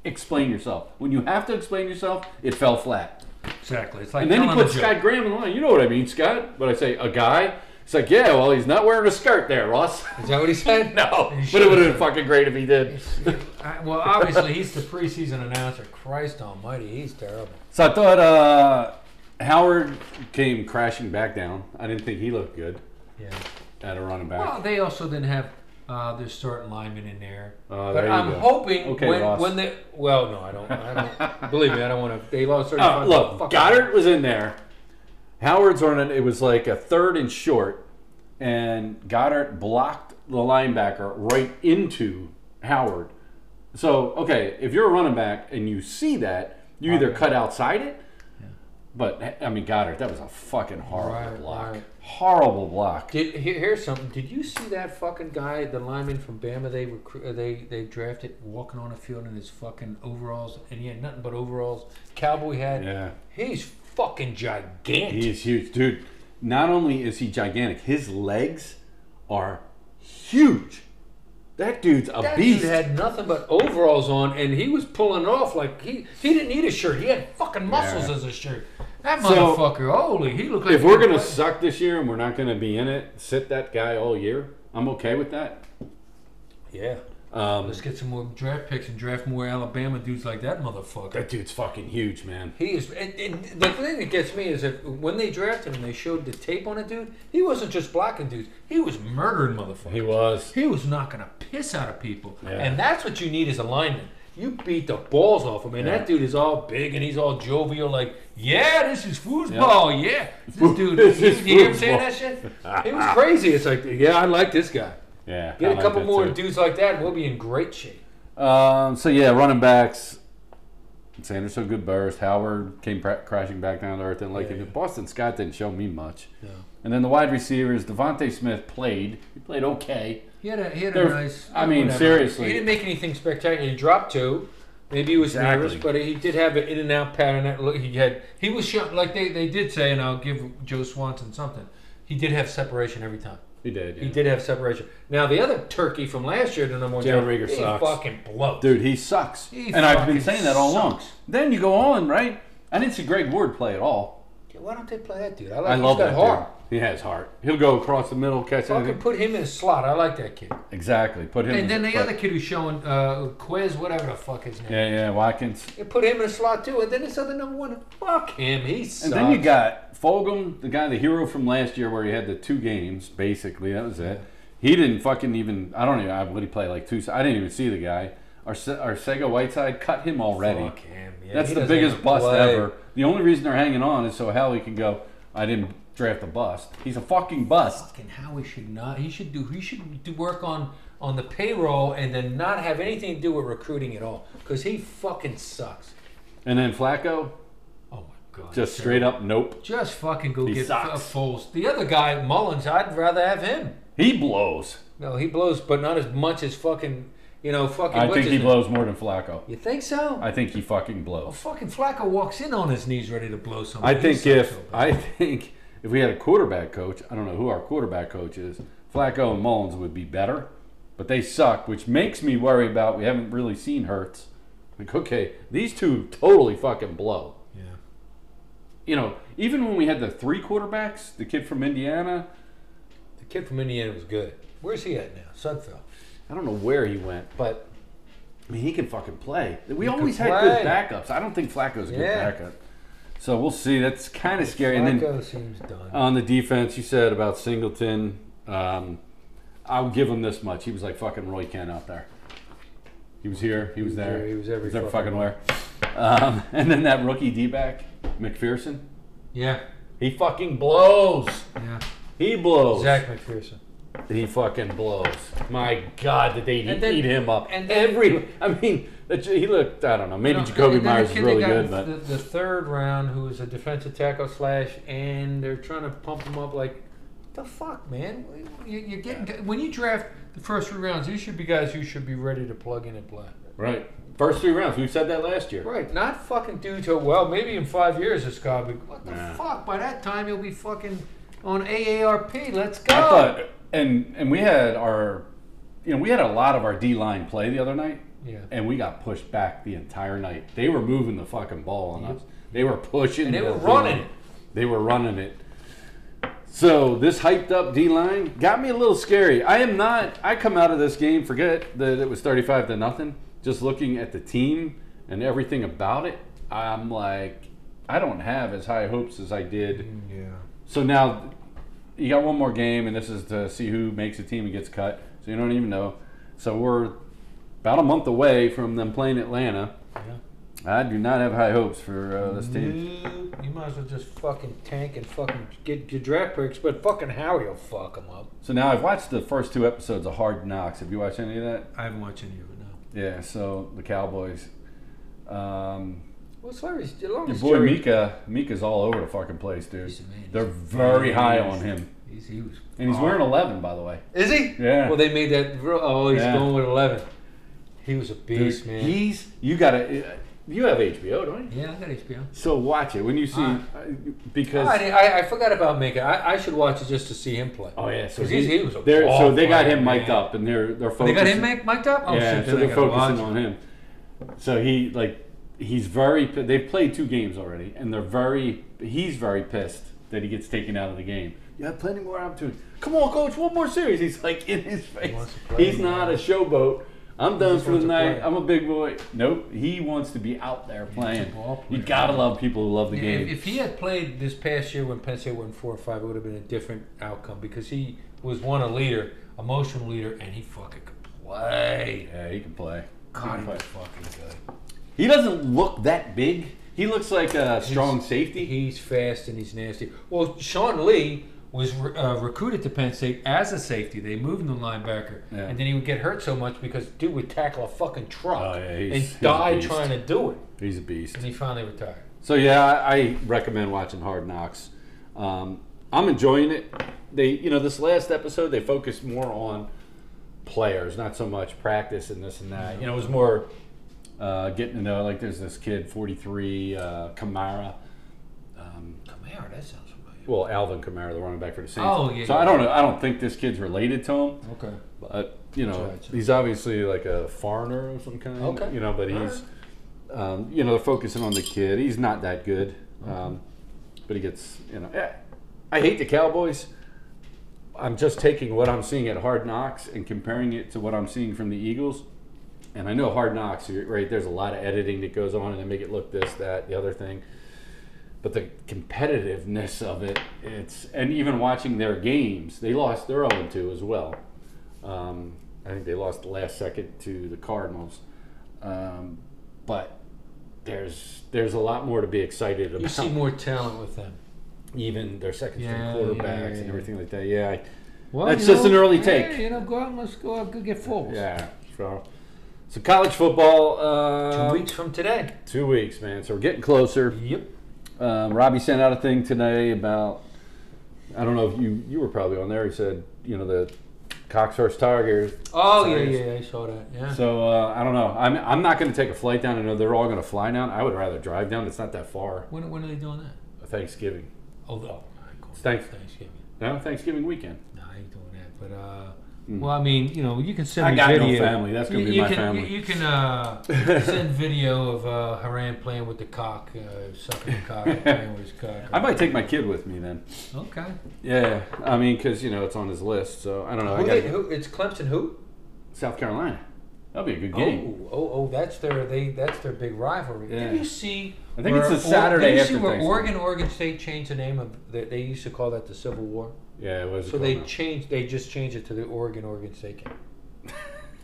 Speaker 1: explain yourself. When you have to explain yourself, it fell flat.
Speaker 2: Exactly. It's like
Speaker 1: And then he
Speaker 2: telling a
Speaker 1: puts
Speaker 2: joke.
Speaker 1: Scott Graham in line. You know what I mean, Scott? But I say a guy. It's like, yeah, well, he's not wearing a skirt there, Ross.
Speaker 2: Is that what he said?
Speaker 1: no,
Speaker 2: He
Speaker 1: but it
Speaker 2: should've
Speaker 1: would have
Speaker 2: said
Speaker 1: been fucking great if he did.
Speaker 2: I- well, obviously, he's the preseason announcer. Christ almighty, he's terrible.
Speaker 1: So I thought uh, Howard came crashing back down. I didn't think he looked good
Speaker 2: Yeah.
Speaker 1: at a running back.
Speaker 2: Well, they also didn't have uh, their starting lineman in there.
Speaker 1: Oh,
Speaker 2: but
Speaker 1: there you
Speaker 2: I'm
Speaker 1: go.
Speaker 2: hoping
Speaker 1: Okay,
Speaker 2: when
Speaker 1: Ross.
Speaker 2: when they well no I don't I don't believe me I don't want to they lost 35.
Speaker 1: Oh, look,
Speaker 2: Fuck
Speaker 1: Goddard was in there. Howard's on it. It was like a third and short, and Goddard blocked the linebacker right into Howard. So, okay, if you're a running back and you see that, you either cut outside it, but I mean Goddard, that was a fucking horrible
Speaker 2: Right,
Speaker 1: block,
Speaker 2: right.
Speaker 1: horrible block.
Speaker 2: Did here, here's something. Did you see that fucking guy, the lineman from Bama? They recru- uh, they they drafted walking on the field in his fucking overalls, and he had nothing but overalls. Cowboy hat.
Speaker 1: Yeah.
Speaker 2: He's fucking gigantic.
Speaker 1: He is huge, dude. Not only is he gigantic, his legs are huge. That dude's a
Speaker 2: that
Speaker 1: beast.
Speaker 2: dude had nothing but overalls on, and he was pulling off like he he didn't need a shirt. He had fucking muscles
Speaker 1: Yeah.
Speaker 2: as a shirt. That
Speaker 1: So-
Speaker 2: motherfucker, holy, he looked like.
Speaker 1: if we're gonna suck this year and we're not gonna be in it, sit that guy all year. I'm okay with that.
Speaker 2: yeah,
Speaker 1: Um,
Speaker 2: Let's get some more draft picks and draft more Alabama dudes like that motherfucker.
Speaker 1: that dude's fucking huge, man.
Speaker 2: He is. And, and the thing that gets me is that when they drafted him, they showed the tape on a dude. He wasn't just blocking dudes. He was murdering motherfuckers.
Speaker 1: He was.
Speaker 2: He was knocking a piss out of people.
Speaker 1: Yeah.
Speaker 2: And that's what you need as a lineman. You beat the balls off him, and that
Speaker 1: Yeah.
Speaker 2: dude is all big and he's all jovial, like, yeah, this is foosball, yeah. This dude,
Speaker 1: This
Speaker 2: you,
Speaker 1: is
Speaker 2: you hear him saying
Speaker 1: foosball.
Speaker 2: that shit? It was crazy. It's like, yeah, I like this guy.
Speaker 1: Yeah. I
Speaker 2: Get a
Speaker 1: like
Speaker 2: couple
Speaker 1: that
Speaker 2: more
Speaker 1: too.
Speaker 2: dudes like that, and we'll be in great shape.
Speaker 1: Um, so yeah, running backs. Sanders so good burst. Howard came pra- crashing back down to earth and like
Speaker 2: Yeah,
Speaker 1: it.
Speaker 2: yeah.
Speaker 1: Boston Scott didn't show me much.
Speaker 2: No.
Speaker 1: And then the wide receivers, Devontae Smith played. He played okay.
Speaker 2: He had a, he had a
Speaker 1: They're-
Speaker 2: nice.
Speaker 1: I mean, seriously.
Speaker 2: He didn't make anything spectacular. He dropped two. Maybe he was
Speaker 1: Exactly.
Speaker 2: nervous, but he did have an in and out pattern. That look, he had he was shot, like they, they did say, and I'll give Joe Swanson something. He did have separation every time.
Speaker 1: He did.
Speaker 2: He did have separation. Now the other turkey from last year, the number one
Speaker 1: Jalen
Speaker 2: guy,
Speaker 1: Rieger
Speaker 2: he
Speaker 1: sucks.
Speaker 2: fucking blows.
Speaker 1: Dude, he sucks.
Speaker 2: He
Speaker 1: and I've been
Speaker 2: fucking
Speaker 1: saying that all along.
Speaker 2: sucks.
Speaker 1: Then you go on, right? I didn't see Greg Ward play at all.
Speaker 2: Why don't they play that dude? I, like,
Speaker 1: I
Speaker 2: he's
Speaker 1: love
Speaker 2: got
Speaker 1: that
Speaker 2: heart.
Speaker 1: dude. He has heart. He'll go across the middle, catch
Speaker 2: Fucking
Speaker 1: anything.
Speaker 2: put him in a slot. I like that kid.
Speaker 1: Exactly. Put him. in
Speaker 2: And then the
Speaker 1: but-
Speaker 2: other kid who's showing, uh, Quez, whatever the fuck his name.
Speaker 1: Yeah, yeah, Watkins.
Speaker 2: You put him in a slot too, and then this other number one, fuck him, he sucks.
Speaker 1: And then you got Fogum, the guy, the hero from last year, where he had the two games. Basically, that was it. He didn't fucking even. I don't even. I What he play like two? I didn't even see the guy. Our our Sega Whiteside cut him already.
Speaker 2: Fuck him, yeah,
Speaker 1: That's
Speaker 2: he
Speaker 1: the
Speaker 2: doesn't
Speaker 1: biggest
Speaker 2: even
Speaker 1: bust
Speaker 2: play.
Speaker 1: ever. The only reason they're hanging on is so Howie can go. I didn't draft a bust. He's a fucking bust.
Speaker 2: Fucking Howie should not. He should do. He should do work on on the payroll and then not have anything to do with recruiting at all because he fucking sucks.
Speaker 1: And then Flacco,
Speaker 2: Oh my god.
Speaker 1: just straight up nope.
Speaker 2: Just fucking go
Speaker 1: He
Speaker 2: get
Speaker 1: sucks.
Speaker 2: F- Foles. The other guy, Mullins. I'd rather have him.
Speaker 1: He blows.
Speaker 2: No, he blows, but not as much as fucking. You know, fucking.
Speaker 1: I
Speaker 2: what's
Speaker 1: think
Speaker 2: his
Speaker 1: he
Speaker 2: name?
Speaker 1: blows more than Flacco.
Speaker 2: You think so?
Speaker 1: I think he fucking blows.
Speaker 2: fucking Flacco walks in on his knees, ready to blow
Speaker 1: I
Speaker 2: somebody. He
Speaker 1: think
Speaker 2: sucks
Speaker 1: if
Speaker 2: so bad.
Speaker 1: I think if we had a quarterback coach, I don't know who our quarterback coach is. Flacco and Mullins would be better, but they suck, which makes me worry about. We haven't really seen Hurts. Like, okay, these two totally fucking blow.
Speaker 2: yeah.
Speaker 1: You know, even when we had the three quarterbacks, the kid from Indiana,
Speaker 2: The kid from Indiana was good. Where's he at now? Sudfeld.
Speaker 1: I don't know where he went, but I mean, he can fucking play. We
Speaker 2: can
Speaker 1: always had good
Speaker 2: play.
Speaker 1: backups. I don't think Flacco's a good
Speaker 2: Yeah.
Speaker 1: backup. So we'll see. That's kind of scary. And then Uh,
Speaker 2: Flacco seems done.
Speaker 1: on the defense, you said about Singleton. Um, I'll give him this much. He was like fucking Roy Kent out there. He was here. He was there.
Speaker 2: there, he was every fucking
Speaker 1: fucking where. Um, and then that rookie D back, McPherson.
Speaker 2: yeah,
Speaker 1: He fucking blows.
Speaker 2: yeah.
Speaker 1: He blows.
Speaker 2: Zach McPherson.
Speaker 1: He fucking blows. My God, did they
Speaker 2: And then-
Speaker 1: eat him up? And
Speaker 2: and then-
Speaker 1: every, I mean, the- he looked. I don't know. Maybe
Speaker 2: No,
Speaker 1: Jacoby
Speaker 2: and then the
Speaker 1: Myers is
Speaker 2: kid they
Speaker 1: really
Speaker 2: got
Speaker 1: good,
Speaker 2: in
Speaker 1: but
Speaker 2: the, the third round, who is a defensive tackle slash, and they're trying to pump him up like, the fuck, man. You, you're getting when you draft the first three rounds, these should be guys who should be ready to plug in and play.
Speaker 1: right. First three rounds. We said that last year.
Speaker 2: Right, not fucking due to well, maybe in five years this guy. will be What the
Speaker 1: Nah.
Speaker 2: fuck? By that time he'll be fucking on AARP. Let's go.
Speaker 1: I thought, and and we had our, you know, we had a lot of our D line play the other night,
Speaker 2: yeah.
Speaker 1: and we got pushed back the entire night. They were moving the fucking ball on us. They were pushing.
Speaker 2: And they
Speaker 1: the
Speaker 2: were running
Speaker 1: D-line.
Speaker 2: it.
Speaker 1: They were running it. So this hyped up D line got me a little scary. I am not. I come out of this game forget that it was thirty five to nothing. Just looking at the team and everything about it, I'm like, I don't have as high hopes as I did.
Speaker 2: Yeah.
Speaker 1: So now you got one more game, and this is to see who makes the team and gets cut. So you don't even know. So we're about a month away from them playing Atlanta.
Speaker 2: Yeah. Mm-hmm.
Speaker 1: I do not have high hopes for uh, this team.
Speaker 2: You, you might as well just fucking tank and fucking get your draft picks, but fucking Howie will fuck them up.
Speaker 1: So now I've watched the first two episodes of Hard Knocks. Have you watched any of that?
Speaker 2: I haven't watched any of it now.
Speaker 1: Yeah. So the Cowboys. Um,
Speaker 2: What's Larry's? Larry's
Speaker 1: your boy Mika, Mika's all over the fucking place, dude.
Speaker 2: He's a man.
Speaker 1: They're very high on him,
Speaker 2: He's, he was.
Speaker 1: and he's wearing 11, by the way.
Speaker 2: Is he?
Speaker 1: Yeah.
Speaker 2: Well, they made that. real- Oh, he's
Speaker 1: Yeah.
Speaker 2: going with eleven. He was a beast, man.
Speaker 1: He's you gotta. You have HBO, don't you?
Speaker 2: yeah, I got HBO.
Speaker 1: So watch it when you see
Speaker 2: Alright.
Speaker 1: uh, because
Speaker 2: Oh, Ah, I, I, I forgot about Mika. I, I should watch it just to see him play.
Speaker 1: oh yeah, so
Speaker 2: 'Cause he's- he was a
Speaker 1: they're-
Speaker 2: ball
Speaker 1: so they got
Speaker 2: player,
Speaker 1: him mic'd
Speaker 2: man.
Speaker 1: up and they're they're focusing.
Speaker 2: They got him mic- mic'd up. Oh
Speaker 1: Yeah, so
Speaker 2: shit! then I
Speaker 1: they're
Speaker 2: gotta
Speaker 1: focusing
Speaker 2: watch
Speaker 1: on him. So he like he's very pi- they've played two games already and they're very he's very pissed that he gets taken out of the game. You have plenty more opportunities. Come on, coach, one more series. He's like in his face.
Speaker 2: wants to play
Speaker 1: He's
Speaker 2: more.
Speaker 1: not a showboat. I'm done
Speaker 2: just
Speaker 1: for
Speaker 2: wants
Speaker 1: the
Speaker 2: to
Speaker 1: night.
Speaker 2: play.
Speaker 1: I'm a big boy. Nope, he wants to be out there playing.
Speaker 2: ball
Speaker 1: You
Speaker 2: player.
Speaker 1: gotta love people who love the game.
Speaker 2: If, if he had played this past year when Penn State won four or five, it would have been a different outcome because he was one a leader, emotional leader, and he fucking could play.
Speaker 1: yeah, he can play.
Speaker 2: God, he
Speaker 1: play.
Speaker 2: was fucking good.
Speaker 1: He doesn't look that big. He looks like a strong safety.
Speaker 2: He's fast and he's nasty. Well, Sean Lee was re- uh, recruited to Penn State as a safety. They moved him to linebacker,
Speaker 1: Yeah.
Speaker 2: and then he would get hurt so much because dude would tackle a fucking truck
Speaker 1: Oh, yeah, he's-
Speaker 2: and
Speaker 1: he's a
Speaker 2: die
Speaker 1: beast.
Speaker 2: trying to do it.
Speaker 1: He's a beast.
Speaker 2: And he finally retired.
Speaker 1: So yeah, I, I recommend watching Hard Knocks. Um, I'm enjoying it. They, you know, this last episode they focused more on players, not so much practice and this and that. You know, it was more uh, getting to know. Like, there's this kid, 43, uh, Kamara.
Speaker 2: Kamara, that sounds familiar.
Speaker 1: Well, Alvin Kamara, the running back for the Saints.
Speaker 2: Oh, yeah,
Speaker 1: So
Speaker 2: yeah.
Speaker 1: I don't know. I don't think this kid's related to him.
Speaker 2: Okay.
Speaker 1: But you know,
Speaker 2: Gotcha.
Speaker 1: he's obviously like a foreigner of some kind.
Speaker 2: Okay.
Speaker 1: You know, but he's, um, you know, they're focusing on the kid. He's not that good, um, but he gets. You know, eh, I hate the Cowboys. I'm just taking what I'm seeing at Hard Knocks and comparing it to what I'm seeing from the Eagles. And I know Hard Knocks, you're right? There's a lot of editing that goes on, and they make it look this, that, the other thing. But the competitiveness of it, it's and even watching their games, they lost their own two as well. Um, I think they lost the last second to the Cardinals, um, but there's there's a lot more to be excited about.
Speaker 2: You see more talent with them.
Speaker 1: even their second string
Speaker 2: Yeah,
Speaker 1: quarterbacks
Speaker 2: yeah, yeah,
Speaker 1: and
Speaker 2: yeah.
Speaker 1: everything like that. Yeah, I,
Speaker 2: Well,
Speaker 1: That's
Speaker 2: you
Speaker 1: just an early take.
Speaker 2: yeah, you know, go out and let's go out and get full.
Speaker 1: yeah. So, so college football.
Speaker 2: Two
Speaker 1: Uh,
Speaker 2: weeks from today.
Speaker 1: Two weeks, man. So we're getting closer.
Speaker 2: Yep.
Speaker 1: Um, Robbie sent out a thing today about I don't know if you you were probably on there. He said you know the Coxhurst Tigers.
Speaker 2: Oh yeah,
Speaker 1: Sorry.
Speaker 2: yeah, I saw that. Yeah.
Speaker 1: So uh, I don't know. I'm I'm not going to take a flight down. I know they're all going to fly down. I would rather drive down. It's not that far.
Speaker 2: when, when are they doing that?
Speaker 1: Thanksgiving.
Speaker 2: Oh, the, oh cool.
Speaker 1: Thanks-
Speaker 2: Thanksgiving.
Speaker 1: No, Thanksgiving weekend.
Speaker 2: No, I ain't doing that. But uh, well, I mean, you know, you can
Speaker 1: Hmm.
Speaker 2: send.
Speaker 1: I
Speaker 2: me
Speaker 1: got no
Speaker 2: video.
Speaker 1: family. That's gonna
Speaker 2: you,
Speaker 1: be
Speaker 2: you
Speaker 1: my
Speaker 2: can,
Speaker 1: family.
Speaker 2: You, you can uh, send video of uh, Haran playing with the cock, uh, sucking the cock, and playing with his cock.
Speaker 1: I might take my kid with me then.
Speaker 2: Okay.
Speaker 1: Yeah, I mean, because you know it's on his list. So I don't know. Oh, I
Speaker 2: Who
Speaker 1: gotta
Speaker 2: they,
Speaker 1: get-
Speaker 2: who, it's Clemson. Who?
Speaker 1: South Carolina. That'll be a good game.
Speaker 2: Oh, oh, oh, that's their they that's their big rivalry.
Speaker 1: Yeah.
Speaker 2: Did you see?
Speaker 1: I think it's
Speaker 2: where
Speaker 1: a Saturday
Speaker 2: Did you see
Speaker 1: after
Speaker 2: where
Speaker 1: Thanksgiving.
Speaker 2: Oregon, Oregon State changed the name of? They, they used to call that the Civil War.
Speaker 1: Yeah, it was.
Speaker 2: So they changed. They just changed it to the Oregon, Oregon State game.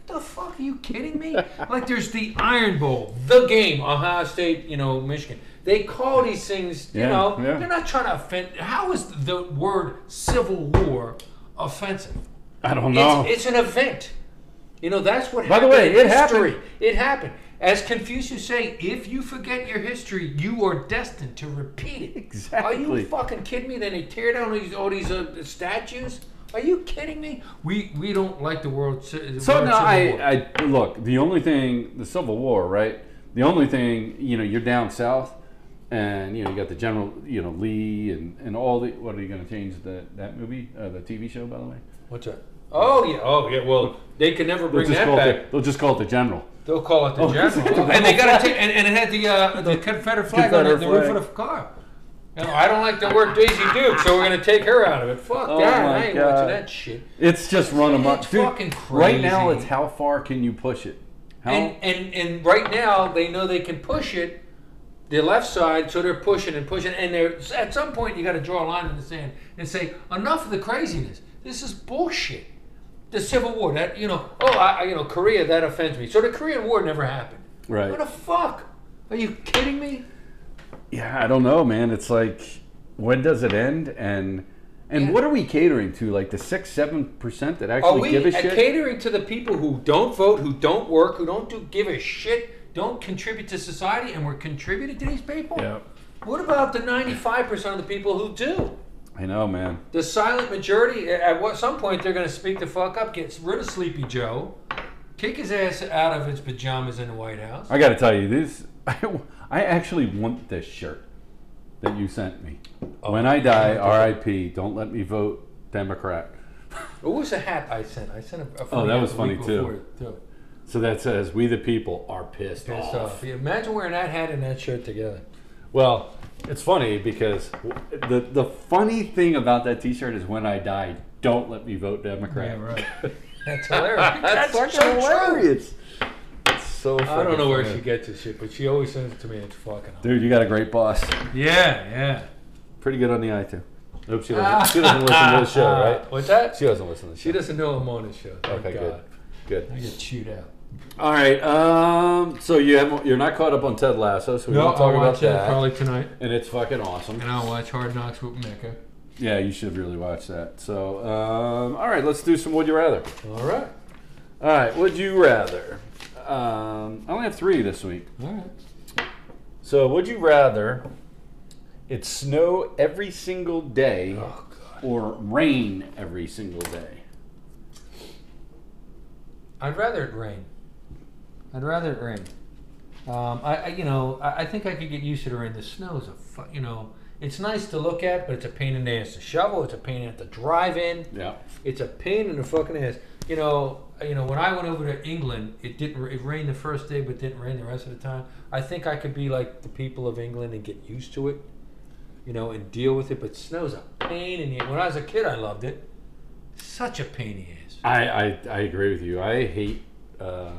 Speaker 2: the fuck? Are you kidding me? like there's the Iron Bowl, the game, Ohio State, you know, Michigan. They call these things. You
Speaker 1: Yeah,
Speaker 2: know,
Speaker 1: yeah.
Speaker 2: they're not trying to offend. How is the word Civil War offensive?
Speaker 1: I don't know.
Speaker 2: It's, it's an event. You know, that's what
Speaker 1: By the
Speaker 2: happened.
Speaker 1: way,
Speaker 2: in
Speaker 1: it
Speaker 2: history.
Speaker 1: happened.
Speaker 2: It happened. As Confucius say, if you forget your history, you are destined to repeat it. Are
Speaker 1: Exactly.
Speaker 2: you fucking kidding me? Then they tear down all these, all these uh, statues. Are you kidding me? We we don't like the world. ci- the
Speaker 1: So
Speaker 2: word
Speaker 1: no,
Speaker 2: Civil War.
Speaker 1: I, uh, I look. The only thing, the Civil War, right? The only thing, you know, you're down south, and you know, you got the general, you know, Lee, and and all the. What are you going to change the that movie, uh, the TV show, by the way?
Speaker 2: What's that? Oh yeah, oh yeah. Well, they can never
Speaker 1: They'll
Speaker 2: bring
Speaker 1: just
Speaker 2: that
Speaker 1: call it.
Speaker 2: back.
Speaker 1: The, they'll just call it the general.
Speaker 2: They'll call it the
Speaker 1: Oh, is it
Speaker 2: general,
Speaker 1: the-
Speaker 2: and they got to take. And, and it had the uh, the Confederate flag on
Speaker 1: Confederate
Speaker 2: the, the roof
Speaker 1: flag.
Speaker 2: of the car. You know, I don't like the work Daisy Duke, so we're gonna take her out of it. Fuck
Speaker 1: Oh
Speaker 2: that!
Speaker 1: my
Speaker 2: I ain't
Speaker 1: God.
Speaker 2: watching that shit.
Speaker 1: It's just run amok,
Speaker 2: It's
Speaker 1: Dude,
Speaker 2: fucking
Speaker 1: Right now,
Speaker 2: crazy.
Speaker 1: it's how far can you push it? How?
Speaker 2: And, and and right now they know they can push it, the left side, so they're pushing and pushing, and they're at some point you got to draw a line in the sand and say enough of the craziness. This is bullshit. The Civil War, that you know, oh, I, I- you know, Korea, that offends me. So the Korean War never happened.
Speaker 1: Right.
Speaker 2: What the fuck? Are you kidding me?
Speaker 1: yeah, I don't know, man. It's like, when does it end? And and
Speaker 2: Yeah.
Speaker 1: what are we catering to? Like the six, seven percent that
Speaker 2: Are
Speaker 1: actually
Speaker 2: we
Speaker 1: give a
Speaker 2: uh,
Speaker 1: shit.
Speaker 2: catering to the people who don't vote, who don't work, who don't do give a shit, don't contribute to society, and we're contributing to these people?
Speaker 1: Yeah.
Speaker 2: What about the ninety-five percent of the people who do?
Speaker 1: I know, man.
Speaker 2: The silent majority, a- at what, some point, they're going to speak the fuck up, get rid of Sleepy Joe, kick his ass out of his pajamas in the White House.
Speaker 1: I got to tell you, this I, I actually want this shirt that you sent me.
Speaker 2: Oh.
Speaker 1: when I die, R.I.P. Don't let me vote Democrat.
Speaker 2: What was the hat I sent? I sent a,
Speaker 1: Oh,
Speaker 2: a funny
Speaker 1: that
Speaker 2: hat
Speaker 1: was
Speaker 2: the
Speaker 1: funny,
Speaker 2: week
Speaker 1: too.
Speaker 2: before, too.
Speaker 1: So that says, "We the people are pissed,
Speaker 2: Pissed
Speaker 1: off."
Speaker 2: off. Yeah, Imagine wearing that hat and that shirt together.
Speaker 1: Well, it's funny because the the funny thing about that T-shirt is when I die, don't let me vote Democrat.
Speaker 2: That's hilarious.
Speaker 1: That's, fucking hilarious.
Speaker 2: True.
Speaker 6: so.
Speaker 2: I don't know where
Speaker 6: freaking
Speaker 2: she gets this shit, but she always sends it to me. and It's fucking. Awesome.
Speaker 1: Dude, you got a great boss.
Speaker 2: Yeah, yeah.
Speaker 6: Pretty good on the eye too. Nope, she doesn't. she doesn't listen to the show,
Speaker 2: Uh,
Speaker 6: right?
Speaker 2: What's that?
Speaker 6: She doesn't listen to the show.
Speaker 2: She doesn't know I'm on the show. Thank
Speaker 6: Okay,
Speaker 2: God.
Speaker 6: good.
Speaker 2: I
Speaker 6: Good.
Speaker 2: get chewed out.
Speaker 6: All right. Um. So you have you're not caught up on Ted Lasso, so we
Speaker 2: No,
Speaker 6: won't talk
Speaker 2: I'll
Speaker 6: about
Speaker 2: watch
Speaker 6: that.
Speaker 2: that probably tonight,
Speaker 6: And it's fucking awesome.
Speaker 2: and I'll watch Hard Knocks with Mecca.
Speaker 6: Yeah, you should really watch that. So, um, all right, let's do some Would You Rather.
Speaker 2: All right,
Speaker 6: All right, Would You Rather? Um, I only have three this week.
Speaker 2: all right.
Speaker 6: So, would you rather it snow every single day
Speaker 2: Oh God.
Speaker 1: Or rain every single day.
Speaker 2: I'd rather it rain. I'd rather it rain. Um, I, I, you know, I, I think I could get used to the rain. The snow is a, fu- you know, it's nice to look at, but it's a pain in the ass to shovel. It's a pain in the drive in.
Speaker 1: Yeah.
Speaker 2: It's a pain in the fucking ass. You know, you know, when I went over to England, it didn't. It rained the first day, but didn't rain the rest of the time. I think I could be like the people of England and get used to it, you know, and deal with it. But snow's a pain in the. When I was a kid, I loved it. Such a pain in the ass.
Speaker 1: I, I, I agree with you. I hate uh,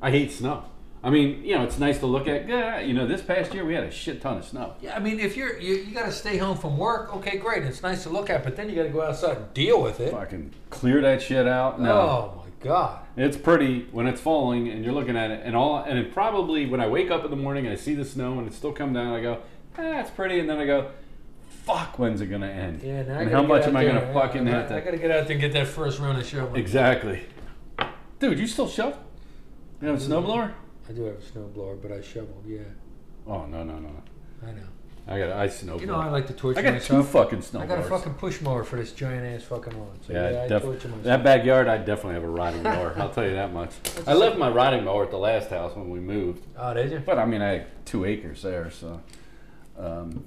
Speaker 1: I hate snow. I mean, you know, it's nice to look at. Yeah, you know, this past year we had a shit ton of snow.
Speaker 2: Yeah, I mean, if you're you, you got to stay home from work, okay, great. It's nice to look at, but then you got to go outside and deal with it.
Speaker 1: Fucking clear that shit out. No.
Speaker 2: Oh my god.
Speaker 1: It's pretty when it's falling and you're looking at it and all and it probably when I wake up in the morning and I see the snow and it's still come down, I go, ah, it's pretty, and then I go, fuck, when's it gonna end?
Speaker 2: Yeah. Now I
Speaker 1: and
Speaker 2: gotta
Speaker 1: how
Speaker 2: get
Speaker 1: much
Speaker 2: out
Speaker 1: am I
Speaker 2: there.
Speaker 1: gonna fucking
Speaker 2: I,
Speaker 1: have
Speaker 2: I
Speaker 1: to?
Speaker 2: gotta get out there and get that first round of shoveling.
Speaker 1: Exactly. Dude, you still shovel? You
Speaker 2: Mm.
Speaker 1: have a snowblower?
Speaker 2: I do have a snowblower, but I shoveled. Yeah,
Speaker 1: Oh no no no no!
Speaker 2: I know.
Speaker 1: I got I snowblower.
Speaker 2: You know, I like to torture
Speaker 1: I got two
Speaker 2: myself.
Speaker 1: fucking snowblowers.
Speaker 2: I got a fucking push mower for this giant ass fucking lawn. So
Speaker 1: Yeah,
Speaker 2: yeah, I
Speaker 1: def-
Speaker 2: torture myself.
Speaker 1: that backyard, I definitely have a riding mower. I'll tell you that much. I left my riding mower at the last house when we moved,
Speaker 2: oh, did you?
Speaker 1: but I mean, I had two acres there, so. Um,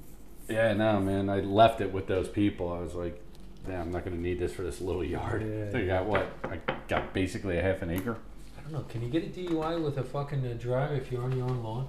Speaker 1: yeah, no, man, I left it with those people. I was like, damn, I'm not gonna need this for this little yard.
Speaker 2: Yeah.
Speaker 1: So I got what? I got basically a half an acre.
Speaker 2: I don't know. Can you get a DUI with a fucking uh, drive if you're on your own lawn?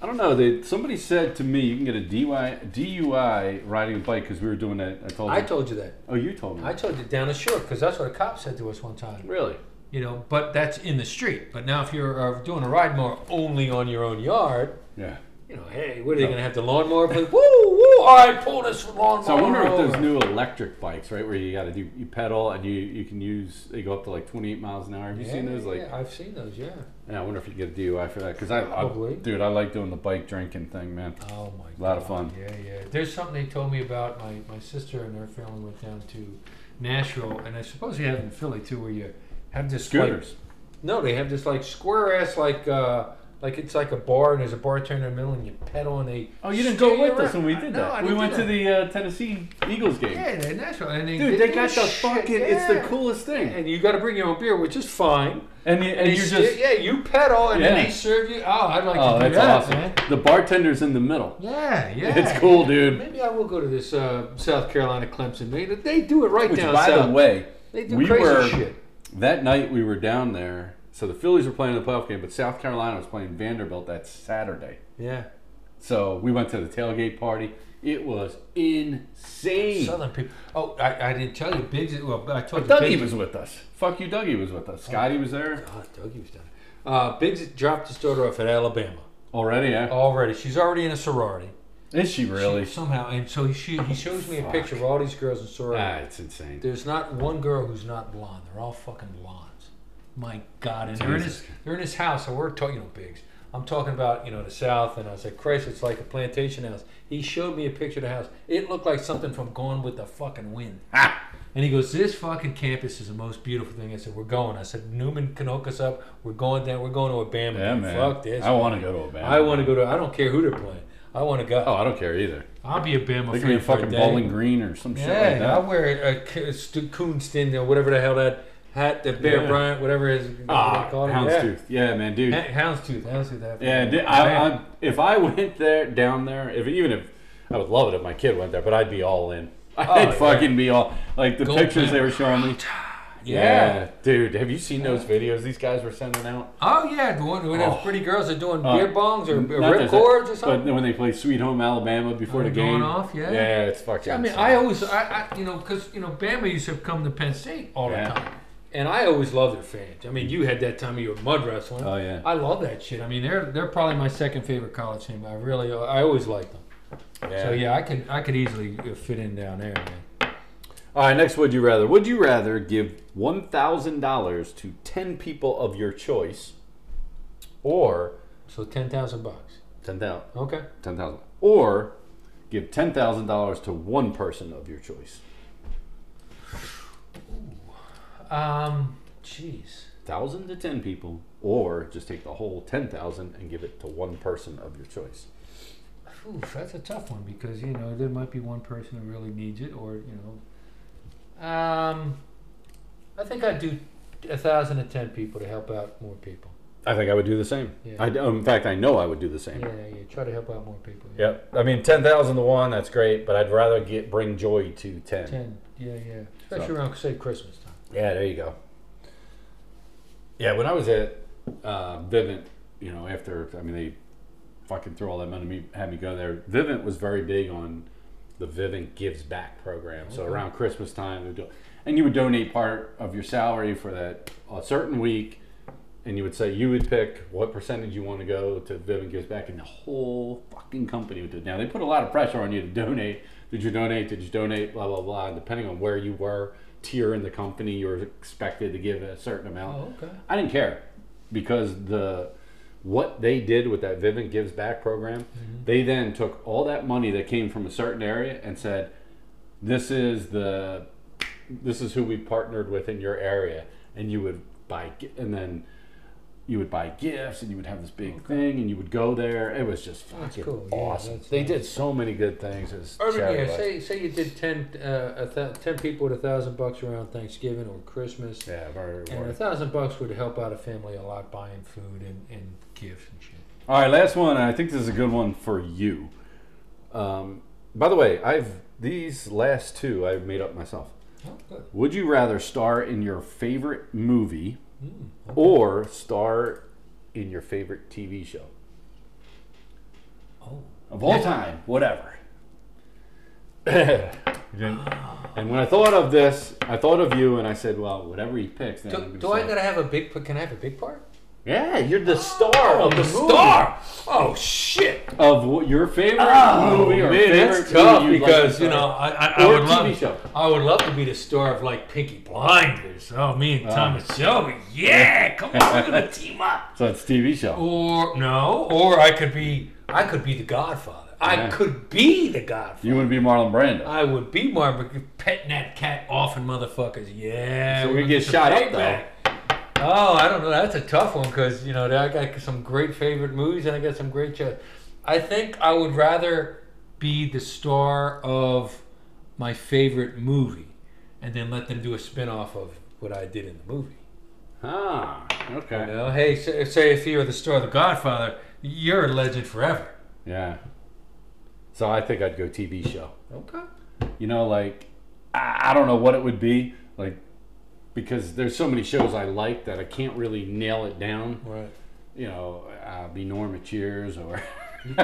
Speaker 1: I don't know. They somebody said to me, you can get a DUI, DUI riding a bike because we were doing that. I told
Speaker 2: I
Speaker 1: you.
Speaker 2: told you that.
Speaker 1: oh, you told me.
Speaker 2: I told you down the shore because that's what a cop said to us one time.
Speaker 1: really?
Speaker 2: you know but that's in the street but now if you're uh, doing a ride mower only on your own yard
Speaker 1: Yeah.
Speaker 2: you know hey what are they going to have the lawnmower play woo woo all right pull this lawnmower
Speaker 1: So I wonder if
Speaker 2: over."
Speaker 1: those new electric bikes, right, where you got to do you pedal and you you can use they go up to like 28 miles an hour. Have you
Speaker 2: yeah,
Speaker 1: seen those? Like,
Speaker 2: yeah, i've seen those yeah
Speaker 1: yeah, I wonder if you get a DUI for that because I, I,
Speaker 2: Probably.
Speaker 1: dude, I like doing the bike drinking thing, man.
Speaker 2: oh my god
Speaker 1: A lot of fun.
Speaker 2: yeah yeah there's something they told me about my, my sister and her family went down to nashville and i suppose you have in philly too where you have this like-
Speaker 1: Scooters.
Speaker 2: no they have this like square ass like uh like it's like a bar and there's a bartender in the middle and you pedal and they
Speaker 1: oh, you didn't
Speaker 2: steer
Speaker 1: go with
Speaker 2: around.
Speaker 1: us when we did
Speaker 2: No,
Speaker 1: that.
Speaker 2: I
Speaker 1: We
Speaker 2: didn't do
Speaker 1: went to
Speaker 2: that.
Speaker 1: the uh, Tennessee Eagles game.
Speaker 2: Yeah, they're natural. And they,
Speaker 1: Dude,
Speaker 2: they
Speaker 1: they got
Speaker 2: do
Speaker 1: the
Speaker 2: shit,
Speaker 1: fucking. It's
Speaker 2: yeah.
Speaker 1: the coolest thing.
Speaker 2: And you got to bring your own beer, which is fine.
Speaker 1: And you, and
Speaker 2: they
Speaker 1: you're
Speaker 2: sti-
Speaker 1: just.
Speaker 2: yeah, you pedal, and
Speaker 1: Yeah.
Speaker 2: then they serve you. Oh, I'd like
Speaker 1: Oh,
Speaker 2: to do
Speaker 1: that's
Speaker 2: that,
Speaker 1: awesome.
Speaker 2: man.
Speaker 1: The bartender's in the middle.
Speaker 2: Yeah, yeah.
Speaker 1: It's cool, dude.
Speaker 2: Maybe I will go to this uh, South Carolina Clemson. They, they do it right
Speaker 1: Which,
Speaker 2: down
Speaker 1: by
Speaker 2: south.
Speaker 1: the way,
Speaker 2: they do
Speaker 1: we
Speaker 2: crazy
Speaker 1: were-
Speaker 2: shit.
Speaker 1: That night we were down there. So the Phillies were playing in the playoff game, but South Carolina was playing Vanderbilt that Saturday.
Speaker 2: Yeah.
Speaker 1: So we went to the tailgate party. It was insane.
Speaker 2: Southern people. Oh, I, I didn't tell you. Biggs. Well, I told you.
Speaker 1: Dougie
Speaker 2: Biggs-
Speaker 1: was with us. Fuck you, Dougie was with us. Scotty was there
Speaker 2: Oh, Dougie was down. there. Uh, Biggs dropped his daughter off at Alabama
Speaker 1: already. Yeah,
Speaker 2: already. She's already in a sorority.
Speaker 1: is she really?
Speaker 2: Somehow, and so she, he shows me a picture of all these girls in sorority.
Speaker 1: ah, it's insane.
Speaker 2: There's not one girl who's not blonde. They're all fucking blondes. My God, and they're in
Speaker 1: Jesus.
Speaker 2: this they're in this house, and we're talking, you know, Biggs. I'm talking about you know the South, and I was like, Christ, it's like a plantation house. He showed me a picture of the house. It looked like something from Gone with the fucking Wind.
Speaker 1: Ah!
Speaker 2: And he goes, this fucking campus is the most beautiful thing. I said, we're going. I said, Newman can hook us up. We're going down. We're going to Obama.
Speaker 1: Yeah, man.
Speaker 2: Fuck this.
Speaker 1: I want to go to a band.
Speaker 2: I want to go to. I don't care who they're playing. I want to go.
Speaker 1: Oh, I don't care either.
Speaker 2: I'll be a Bama
Speaker 1: They
Speaker 2: fan
Speaker 1: could be in
Speaker 2: for a
Speaker 1: fucking
Speaker 2: day.
Speaker 1: Bowling Green or some shit
Speaker 2: Yeah,
Speaker 1: like that.
Speaker 2: I wear a K- Stu- Coonstin or whatever the hell that hat, that Bear
Speaker 1: Yeah.
Speaker 2: Bryant, whatever it is.
Speaker 1: ah,
Speaker 2: called it.
Speaker 1: houndstooth. Yeah. man, dude.
Speaker 2: Yeah. Ha- Houndstooth, houndstooth. That
Speaker 1: Yeah, di- I, I, if I went there down there, if even if I would love it if my kid went there, but I'd be all in. I'd
Speaker 2: Oh, yeah.
Speaker 1: fucking be all like the
Speaker 2: Go
Speaker 1: pictures they
Speaker 2: Panther.
Speaker 1: were showing me.
Speaker 2: yeah.
Speaker 1: dude, have you seen those videos these guys were sending out?
Speaker 2: Oh yeah, the one where those pretty girls are doing
Speaker 1: Uh,
Speaker 2: beer bongs or
Speaker 1: Not
Speaker 2: rip
Speaker 1: that-
Speaker 2: cords or
Speaker 1: But
Speaker 2: something.
Speaker 1: then when they play Sweet Home Alabama before
Speaker 2: Oh,
Speaker 1: the
Speaker 2: going
Speaker 1: game,
Speaker 2: off, yeah.
Speaker 1: yeah, it's fucking.
Speaker 2: I mean,
Speaker 1: insane.
Speaker 2: I always, I, I you know, because you know, Bama used to come to Penn State all
Speaker 1: Yeah.
Speaker 2: the time. and I always love their fans. I mean, you had that time you were mud wrestling.
Speaker 1: Oh, yeah.
Speaker 2: I love that shit. I mean, they're they're probably my second favorite college team. I really I always liked them. So yeah, I could I could easily uh, fit in down there. Man.
Speaker 1: All right, next would you rather? Would you rather give $1,000 to 10 people of your choice or
Speaker 2: So ten thousand bucks.
Speaker 1: 10,000
Speaker 2: Okay.
Speaker 1: 10,000 or give $10,000 to one person of your choice?
Speaker 2: Um. Jeez.
Speaker 1: 1,000 to 10 people or just take the whole 10,000 and give it to one person of your choice.
Speaker 2: Oof, that's a tough one because you know there might be one person who really needs it, or you know. Um, I think I'd do a thousand and ten people to help out more people.
Speaker 1: I think I would do the same.
Speaker 2: Yeah.
Speaker 1: I, um, in fact, I know I would do the same.
Speaker 2: Yeah, yeah. Try to help out more people. yeah.
Speaker 1: Yep. I mean, 10,000 to one, that's great, but I'd rather get bring joy to 10.
Speaker 2: Ten. Yeah, yeah. Especially
Speaker 1: So-
Speaker 2: around say Christmas time.
Speaker 1: Yeah, there you go. Yeah, when I was at uh, Vivint, you know, after I mean they fucking threw all that money at me, had me go there. Vivint was very big on the Vivint Gives Back program. So around Christmas time, they'd do, and you would donate part of your salary for that a certain week, and you would say you would pick what percentage you want to go to Vivint Gives Back, and the whole fucking company would do it. Now they put a lot of pressure on you to donate. Did you donate? Did you donate? Blah blah blah. Depending on where you were, tier in the company, you were expected to give a certain amount.
Speaker 2: Oh, okay.
Speaker 1: I didn't care because the what they did with that Vivint Gives Back program,
Speaker 2: Mm-hmm.
Speaker 1: they then took all that money that came from a certain area and said, "This is the this is who we partnered with in your area," and you would buy gi- and then you would buy gifts and you would have this big thing and you would go there. It was just
Speaker 2: That's
Speaker 1: fucking
Speaker 2: cool. Yeah,
Speaker 1: awesome.
Speaker 2: that's
Speaker 1: they
Speaker 2: nice.
Speaker 1: did so many good things. It was
Speaker 2: Urban, yeah.
Speaker 1: charity-wise.
Speaker 2: Say, say you did ten, uh, a th- ten people at a thousand bucks around Thanksgiving or Christmas,
Speaker 1: yeah, very
Speaker 2: and a
Speaker 1: rewarding.
Speaker 2: thousand bucks would help out a family a lot, buying food and, and gifts and shit.
Speaker 1: All right, last one. and I think this is a good one for you. Um, by the way, I've these last two I've made up myself.
Speaker 2: Oh, good.
Speaker 1: Would you rather star in your favorite movie
Speaker 2: Hmm,
Speaker 1: or star in your favorite TV show
Speaker 2: Oh.
Speaker 1: of all time? Whatever. and when I thought of this, I thought of you, and I said, "Well, whatever he picks." Then I'm
Speaker 2: Do,
Speaker 1: gonna
Speaker 2: do I
Speaker 1: say-
Speaker 2: gotta have a big? Can I have a big part?
Speaker 1: Yeah, you're the star of the movie.
Speaker 2: Oh, star. Oh shit!
Speaker 1: of what, your favorite movie or favorite
Speaker 2: Oh, that's tough
Speaker 1: movie you'd like to
Speaker 2: because
Speaker 1: star
Speaker 2: you
Speaker 1: in.
Speaker 2: know I, I, I
Speaker 1: Or
Speaker 2: would
Speaker 1: TV
Speaker 2: love
Speaker 1: show.
Speaker 2: I would love to be the star of like Pinky Blinders. Oh,
Speaker 1: Uh-huh.
Speaker 2: me and Thomas Shelby. Yeah, come on, we're gonna team up.
Speaker 1: So it's TV show.
Speaker 2: Or no, or I could be I could be the Godfather. I
Speaker 1: Yeah.
Speaker 2: could be the Godfather.
Speaker 1: You would be Marlon Brando.
Speaker 2: I would be Marvin petting that cat off and motherfuckers. Yeah.
Speaker 1: So
Speaker 2: we're
Speaker 1: we
Speaker 2: gonna
Speaker 1: get
Speaker 2: the
Speaker 1: shot up,
Speaker 2: payback. Oh, I don't know. That's a tough one because you know I got some great favorite movies and I got some great shows. I think I would rather be the star of my favorite movie, and then let them do a spin off of what I did in the movie.
Speaker 1: ah, okay.
Speaker 2: You know, hey, say, say if you were the star of The Godfather, you're a legend forever.
Speaker 1: Yeah. So I think I'd go TV show.
Speaker 2: Okay.
Speaker 1: You know, like I, I don't know what it would be like because there's so many shows I like that I can't really nail it down.
Speaker 2: Right.
Speaker 1: You know, uh, be Norma Cheers or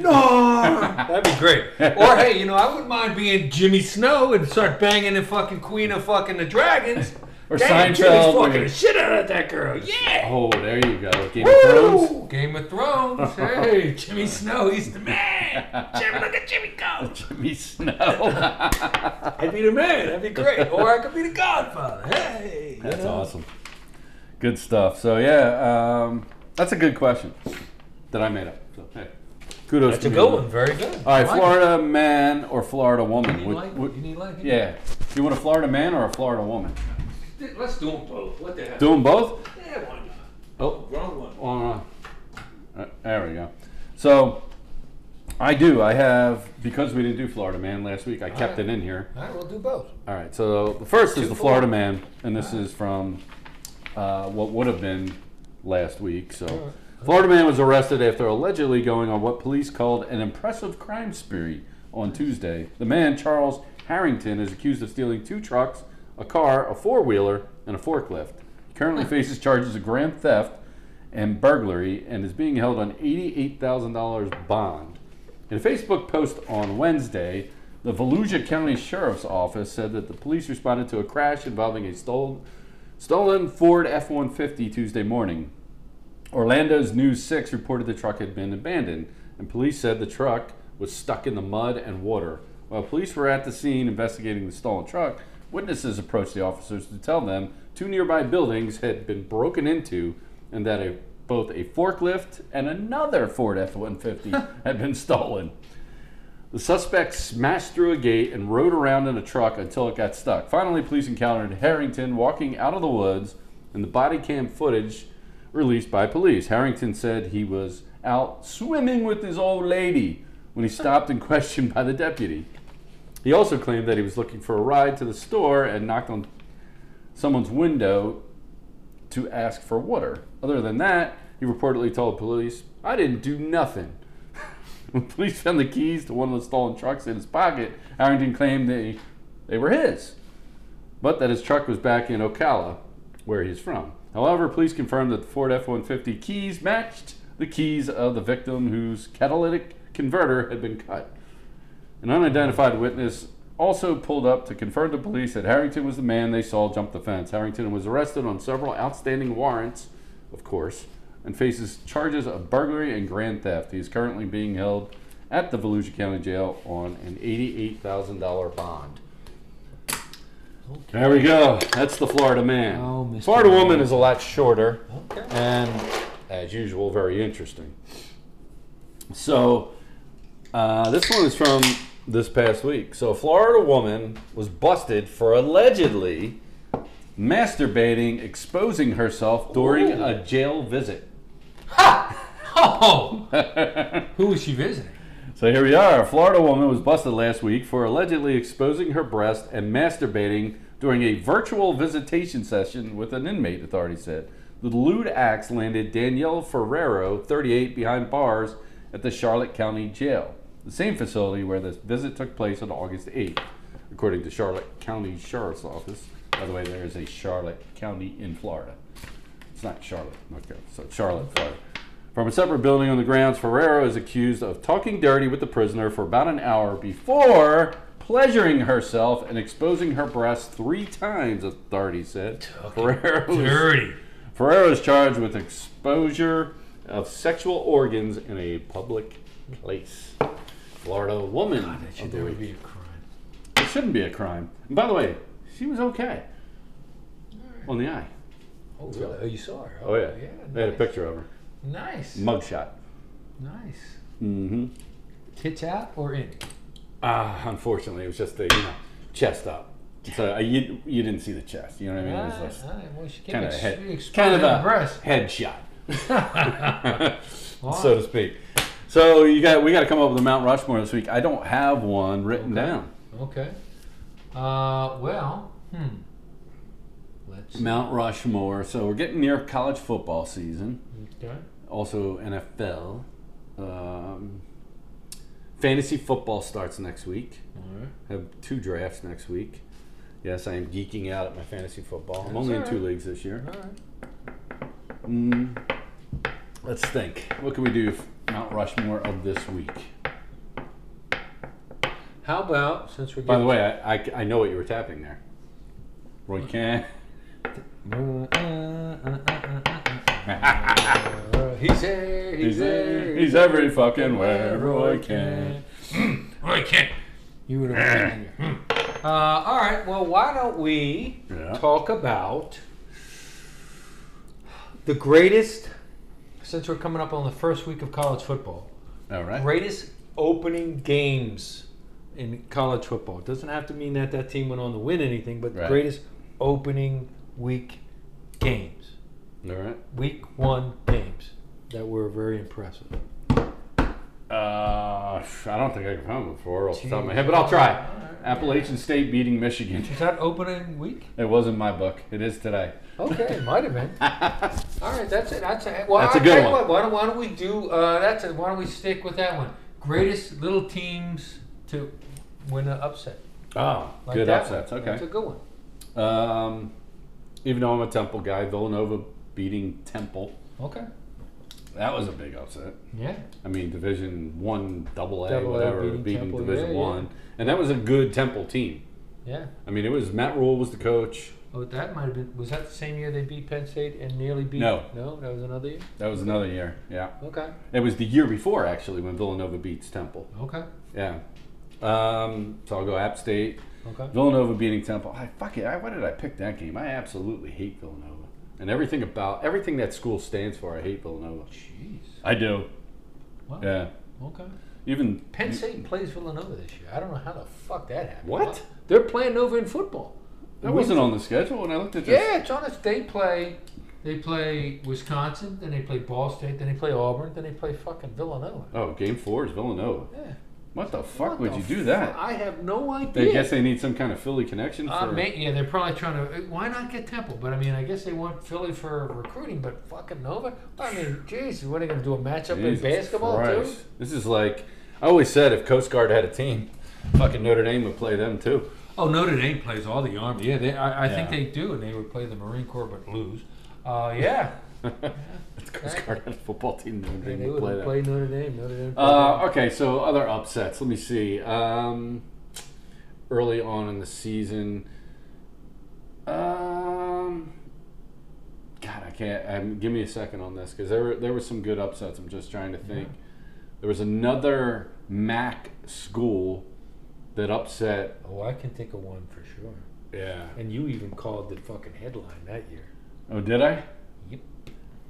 Speaker 2: That'd be great. Or hey, you know, I wouldn't mind being Jimmy Snow and start banging the fucking Queen of fucking the Dragons.
Speaker 1: or
Speaker 2: Damn, Jimmy's
Speaker 1: Seinfeld. or-
Speaker 2: fucking the shit out of that girl. Yeah.
Speaker 1: oh, there you go. Game of Thrones.
Speaker 2: Woo! Game of Thrones. Hey, Jimmy Snow, he's the man. Jimmy, look at Jimmy go.
Speaker 1: Jimmy Snow.
Speaker 2: I'd be the man. That'd be great. Or I could be the Godfather. Hey. you
Speaker 1: That's
Speaker 2: know.
Speaker 1: awesome. Good stuff. So yeah, um, that's a good question that I made up. So hey, kudos.
Speaker 2: That's
Speaker 1: to
Speaker 2: a
Speaker 1: me.
Speaker 2: good one. Very good.
Speaker 1: All right,
Speaker 2: I like
Speaker 1: Florida man or Florida woman?
Speaker 2: it. You
Speaker 1: Would-
Speaker 2: like it.
Speaker 1: would-
Speaker 2: You need like it.
Speaker 1: yeah, you want a Florida man or a Florida woman?
Speaker 2: Let's do them both. What the hell?
Speaker 1: Do them both.
Speaker 2: Yeah, why not?
Speaker 1: Oh,
Speaker 2: Wrong one.
Speaker 1: uh, uh, there we go. So I do. I have because we didn't do Florida man last week. I kept it in here.
Speaker 2: All right, we'll do both.
Speaker 1: All right. So the first is
Speaker 2: Two
Speaker 1: the
Speaker 2: for one.
Speaker 1: Florida man, and this is from uh, what would have been last week. So Florida man was arrested after allegedly going on what police called an impressive crime spree on Tuesday. The man Charles Harrington is accused of stealing two trucks, a car, a four wheeler, and a forklift. He currently faces charges of grand theft and burglary, and is being held on eighty-eight thousand dollars bond. In a Facebook post on Wednesday, the Volusia County Sheriff's Office said that the police responded to a crash involving a stolen Stolen Ford F 150 Tuesday morning. Orlando's News 6 reported the truck had been abandoned, and police said the truck was stuck in the mud and water. While police were at the scene investigating the stolen truck, witnesses approached the officers to tell them two nearby buildings had been broken into and that a, both a forklift and another Ford F 150 had been stolen. The suspect smashed through a gate and rode around in a truck until it got stuck. Finally, police encountered Harrington walking out of the woods and the body cam footage released by police. Harrington said he was out swimming with his old lady when he stopped and questioned by the deputy. He also claimed that he was looking for a ride to the store and knocked on someone's window to ask for water. Other than that, he reportedly told police, I didn't do nothing. When police found the keys to one of the stolen trucks in his pocket, Harrington claimed they, they were his, but that his truck was back in Ocala, where he's from. However, police confirmed that the Ford F 150 keys matched the keys of the victim whose catalytic converter had been cut. An unidentified witness also pulled up to confirm to police that Harrington was the man they saw jump the fence. Harrington was arrested on several outstanding warrants, of course, and faces charges of burglary and grand theft. He is currently being held at the Volusia County Jail on an $88,000 bond. There we go. That's the Florida man.
Speaker 2: Oh, Mr.
Speaker 6: Florida woman is a lot shorter
Speaker 2: Okay.
Speaker 6: and
Speaker 1: as usual, very interesting. So, uh, this one is from this past week. So, a Florida woman was busted for allegedly masturbating, exposing herself during a jail visit.
Speaker 2: Oh, who was she visiting?
Speaker 1: So here we are. A Florida woman was busted last week for allegedly exposing her breast and masturbating during a virtual visitation session with an inmate, authorities said. The lewd acts landed Danielle Ferrero, 38, behind bars at the Charlotte County Jail, the same facility where this visit took place on August 8th, according to Charlotte County Sheriff's Office. By the way, there is a Charlotte County in Florida. It's not Charlotte. Okay, so it's Charlotte, Florida. From a separate building on the grounds, Ferrero is accused of talking dirty with the prisoner for about an hour before pleasuring herself and exposing her breasts three times, authorities said. Ferrero is,
Speaker 2: Dirty.
Speaker 1: Ferrero is charged with exposure of sexual organs in a public place. Florida woman.
Speaker 2: That should
Speaker 1: of the
Speaker 2: never
Speaker 1: week.
Speaker 2: be a crime.
Speaker 1: It shouldn't be a crime. And by the way, she was okay on the eye.
Speaker 2: Oh, really? Oh, you saw her?
Speaker 1: Oh, yeah.
Speaker 2: yeah
Speaker 1: they had a
Speaker 2: nice.
Speaker 1: picture of her.
Speaker 2: Nice.
Speaker 1: Mugshot.
Speaker 2: nice.
Speaker 1: Mm-hmm.
Speaker 2: Tits out or in?
Speaker 1: Ah, unfortunately, it was just the you know, chest up. So uh, you you didn't see the chest. You know what I mean? It was
Speaker 2: Ah, ah, well, she
Speaker 1: kind of
Speaker 2: head,
Speaker 1: head, kind of a
Speaker 2: breast.
Speaker 1: head shot, so to speak. So you got we got to come up with a Mount Rushmore this week. I don't have one written down.
Speaker 2: Okay. Uh, well, hmm. Let's.
Speaker 1: Mount Rushmore. So we're getting near college football season.
Speaker 2: Okay.
Speaker 1: Also NFL. Um, fantasy football starts next week.
Speaker 2: All right.
Speaker 1: have two drafts next week. Yes, I am geeking out at my fantasy football. I'm only in
Speaker 2: all
Speaker 1: two leagues this year.
Speaker 2: All right.
Speaker 1: Mm, let's think. What can we do for Mount Rushmore of this week?
Speaker 2: How about since we're
Speaker 1: By the
Speaker 2: getting,
Speaker 1: way, I, I, I know what you were tapping there. Roy Can.
Speaker 2: Uh, he's there. He's,
Speaker 1: He's,
Speaker 2: there.
Speaker 1: he's every fucking where Roy can.
Speaker 2: Roy Kent. You would have. uh, all right. Well, why don't we
Speaker 1: Yeah.
Speaker 2: talk about the greatest? Since we're coming up on the first week of college football,
Speaker 1: All right.
Speaker 2: greatest opening games in college football. It doesn't have to mean that that team went on to win anything, but the
Speaker 1: Right.
Speaker 2: greatest opening week games,
Speaker 1: All right.
Speaker 2: week one games that were very impressive.
Speaker 1: Uh, I don't think I can find one before off the top of my head, but I'll try. Appalachian State beating Michigan.
Speaker 2: Is that opening week?
Speaker 1: It was in my book. It is today.
Speaker 2: Okay, it might have been. All right, that's it. That's a, well,
Speaker 1: That's a good
Speaker 2: I'll tell you
Speaker 1: one.
Speaker 2: What, why, don't, why don't we do uh, that's it. Why don't we stick with that one? Greatest little teams to win an upset.
Speaker 1: Oh,
Speaker 2: Like
Speaker 1: good
Speaker 2: that
Speaker 1: upsets.
Speaker 2: one.
Speaker 1: Okay.
Speaker 2: that's a good one.
Speaker 1: Um, even though I'm a Temple guy, Villanova beating Temple.
Speaker 2: Okay.
Speaker 1: That was a big upset.
Speaker 2: Yeah.
Speaker 1: I mean, Division One, Double A,
Speaker 2: Double A
Speaker 1: whatever,
Speaker 2: beating
Speaker 1: beating,
Speaker 2: Temple,
Speaker 1: Division
Speaker 2: yeah, yeah.
Speaker 1: One, and that was a good Temple team.
Speaker 2: Yeah.
Speaker 1: I mean, it was Matt Rule was the coach.
Speaker 2: Oh, that might have been. Was that the same year they beat Penn State and nearly beat?
Speaker 1: No.
Speaker 2: no, that was another year.
Speaker 1: That was another year. Yeah,
Speaker 2: Okay,
Speaker 1: it was the year before actually when Villanova beats Temple.
Speaker 2: okay,
Speaker 1: Yeah. Um, so I'll go App State.
Speaker 2: okay.
Speaker 1: Villanova beating Temple. I fuck it. I, why did I pick that game? I absolutely hate Villanova and everything about everything that school stands for. I hate Villanova.
Speaker 2: Jeez.
Speaker 1: I do.
Speaker 2: Wow.
Speaker 1: Yeah.
Speaker 2: Okay.
Speaker 1: Even
Speaker 2: Penn State plays Villanova this year. I don't know how the fuck that happened.
Speaker 1: What?
Speaker 2: They're playing Nova in football.
Speaker 1: that wasn't on the schedule when I looked at this.
Speaker 2: Yeah, it's on us. They play. They play Wisconsin, then they play Ball State, then they play Auburn, then they play fucking Villanova.
Speaker 1: Oh, game four is Villanova.
Speaker 2: Yeah.
Speaker 1: What the fuck
Speaker 2: What
Speaker 1: would
Speaker 2: the
Speaker 1: you do
Speaker 2: fu-
Speaker 1: that?
Speaker 2: I have no idea.
Speaker 1: They guess they need some kind of Philly connection for.
Speaker 2: Uh, ma- yeah, they're probably trying to. uh, Why not get Temple? But I mean, I guess they want Philly for recruiting, but fucking Nova. I mean, jeez, what are they going to do a matchup
Speaker 1: Jesus
Speaker 2: in basketball
Speaker 1: Christ. This is like I always said. If Coast Guard had a team, fucking Notre Dame would play them too.
Speaker 2: too? Oh, Notre Dame plays all the Army. Yeah, they, I, I think
Speaker 1: Yeah.
Speaker 2: they do, and they would play the Marine Corps but lose. Uh, yeah,
Speaker 1: If Coast Guard had a football team. Notre
Speaker 2: they,
Speaker 1: Dame would
Speaker 2: would
Speaker 1: play them.
Speaker 2: play Notre Dame. Notre Dame.
Speaker 1: Uh, okay, so other upsets. Let me see. Um, early on in the season, um, God, I can't. Um, give me a second on this because there were there were some good upsets. I'm just trying to think. There was another MAC school that upset.
Speaker 2: oh, I can think of one for sure.
Speaker 1: Yeah.
Speaker 2: And you even called the fucking headline that year.
Speaker 1: Oh, did I?
Speaker 2: Yep.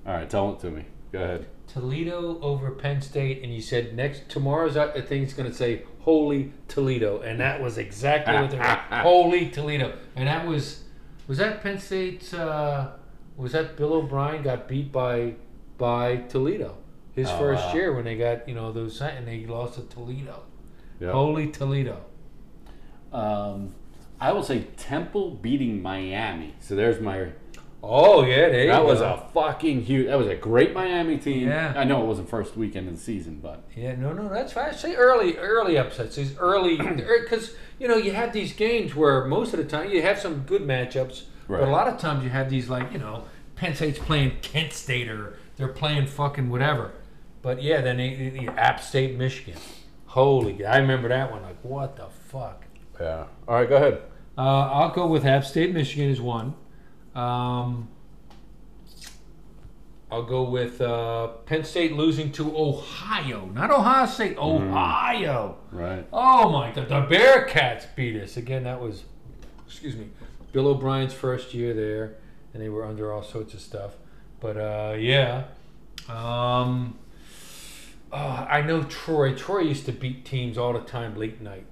Speaker 1: All right, tell it to me. Go ahead.
Speaker 2: Toledo over Penn State, and you said next tomorrow's out, the thing's going to say "Holy Toledo," and that was exactly what they were. Holy Toledo, and that was was that Penn State's. Uh, was that Bill O'Brien got beat by by Toledo his
Speaker 1: Oh,
Speaker 2: first
Speaker 1: wow.
Speaker 2: year when they got you know those and they lost to Toledo.
Speaker 1: Yeah.
Speaker 2: Holy Toledo.
Speaker 1: Um, I will say Temple beating Miami. So there's my
Speaker 2: Oh yeah, there
Speaker 1: That
Speaker 2: you
Speaker 1: was
Speaker 2: go.
Speaker 1: a fucking huge. That was a great Miami team.
Speaker 2: Yeah.
Speaker 1: I know it wasn't first weekend of the season, but
Speaker 2: Yeah, no, no, that's fine. Say early, early upsets. These early, because you know you have these games where most of the time you have some good matchups, but
Speaker 1: Right.
Speaker 2: a lot of times you have these like you know Penn State's playing Kent State or they're playing fucking whatever. But yeah, then they, they, they- App State, Michigan. Holy, I remember that one. Like what the fuck?
Speaker 1: yeah. All right, go ahead.
Speaker 2: Uh, I'll go with App State, Michigan is one. Um, I'll go with uh, Penn State losing to Ohio, not Ohio State, Ohio.
Speaker 1: Right.
Speaker 2: Oh my God, the Bearcats beat us again. That was, excuse me, Bill O'Brien's first year there, and they were under all sorts of stuff. But uh, yeah, um, oh, I know Troy. Troy used to beat teams all the time late night.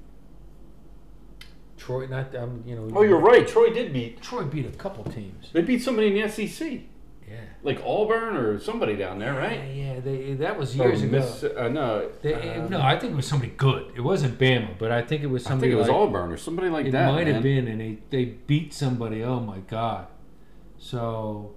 Speaker 2: Troy, not um, you know.
Speaker 1: Oh, you're right. Troy did beat.
Speaker 2: Troy beat a couple teams.
Speaker 1: They beat somebody in the SEC,
Speaker 2: Yeah.
Speaker 1: like Auburn or somebody down there,
Speaker 2: Yeah,
Speaker 1: right?
Speaker 2: yeah, they, that was years
Speaker 1: Or
Speaker 2: ago.
Speaker 1: Miss- uh, no,
Speaker 2: They-
Speaker 1: uh,
Speaker 2: no, I think it was somebody good. It wasn't Bama, but I think it was
Speaker 1: I
Speaker 2: somebody.
Speaker 1: think it was
Speaker 2: like-
Speaker 1: Auburn or somebody like
Speaker 2: It
Speaker 1: that.
Speaker 2: might have
Speaker 1: man.
Speaker 2: been, and they, they beat somebody. Oh my god! So,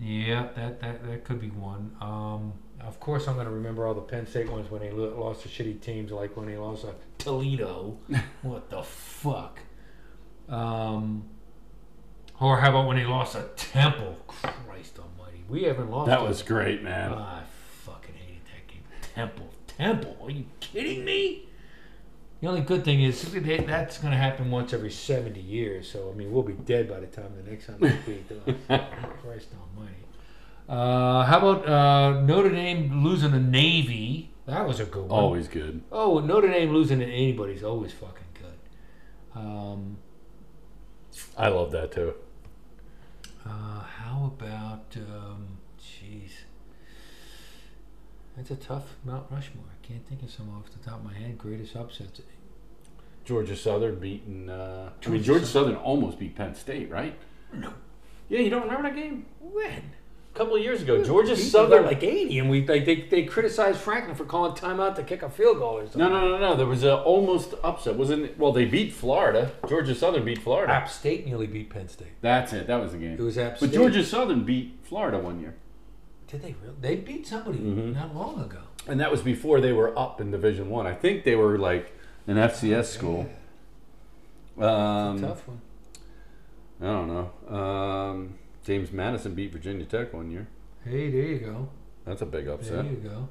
Speaker 2: yeah, that that, that could be one. Um, of course, I'm going to remember all the Penn State ones when they lo- lost to shitty teams, like when they lost to Toledo. what the fuck? Um, or how about when they lost to Temple? Christ Almighty, we haven't lost.
Speaker 1: That
Speaker 2: to-
Speaker 1: was great, man.
Speaker 2: I fucking hated that game. Temple, Temple. Are you kidding me? The only good thing is that- that's going to happen once every seventy years. So I mean, we'll be dead by the time the next time we beat them. Christ Almighty. Uh, how about uh, Notre Dame losing to Navy? That was a good one.
Speaker 1: Always good.
Speaker 2: Oh, Notre Dame losing to anybody's always fucking good. Um,
Speaker 1: I love that too.
Speaker 2: Uh, how about, um, jeez, that's a tough Mount Rushmore. I can't think of some off the top of my head. Greatest upsets.
Speaker 1: Georgia Southern beating. Uh, I
Speaker 2: Georgia
Speaker 1: mean, Georgia Southern almost beat Penn State, right?
Speaker 2: No.
Speaker 1: Yeah, you don't remember that game?
Speaker 2: When?
Speaker 1: A couple of years ago, Georgia
Speaker 2: Southern
Speaker 1: Southern.
Speaker 2: like eighty, and we they, they they criticized Franklin for calling timeout to kick a field goal or something.
Speaker 1: No, no, no, no. There was a almost upset, wasn't it? Well, they beat Florida. Georgia Southern beat Florida.
Speaker 2: App State nearly beat Penn State.
Speaker 1: That's it. That was the game.
Speaker 2: It was App Ah. State.
Speaker 1: but Georgia Southern beat Florida one year,
Speaker 2: Did they really? They beat somebody
Speaker 1: Mm-hmm.
Speaker 2: not long ago.
Speaker 1: and that was before they were up in Division One. I. think they were like an FCS school. Um,
Speaker 2: Tough one.
Speaker 1: I don't know. Um, James Madison beat Virginia Tech one year.
Speaker 2: Hey, there you go.
Speaker 1: That's a big
Speaker 2: There
Speaker 1: upset.
Speaker 2: you go.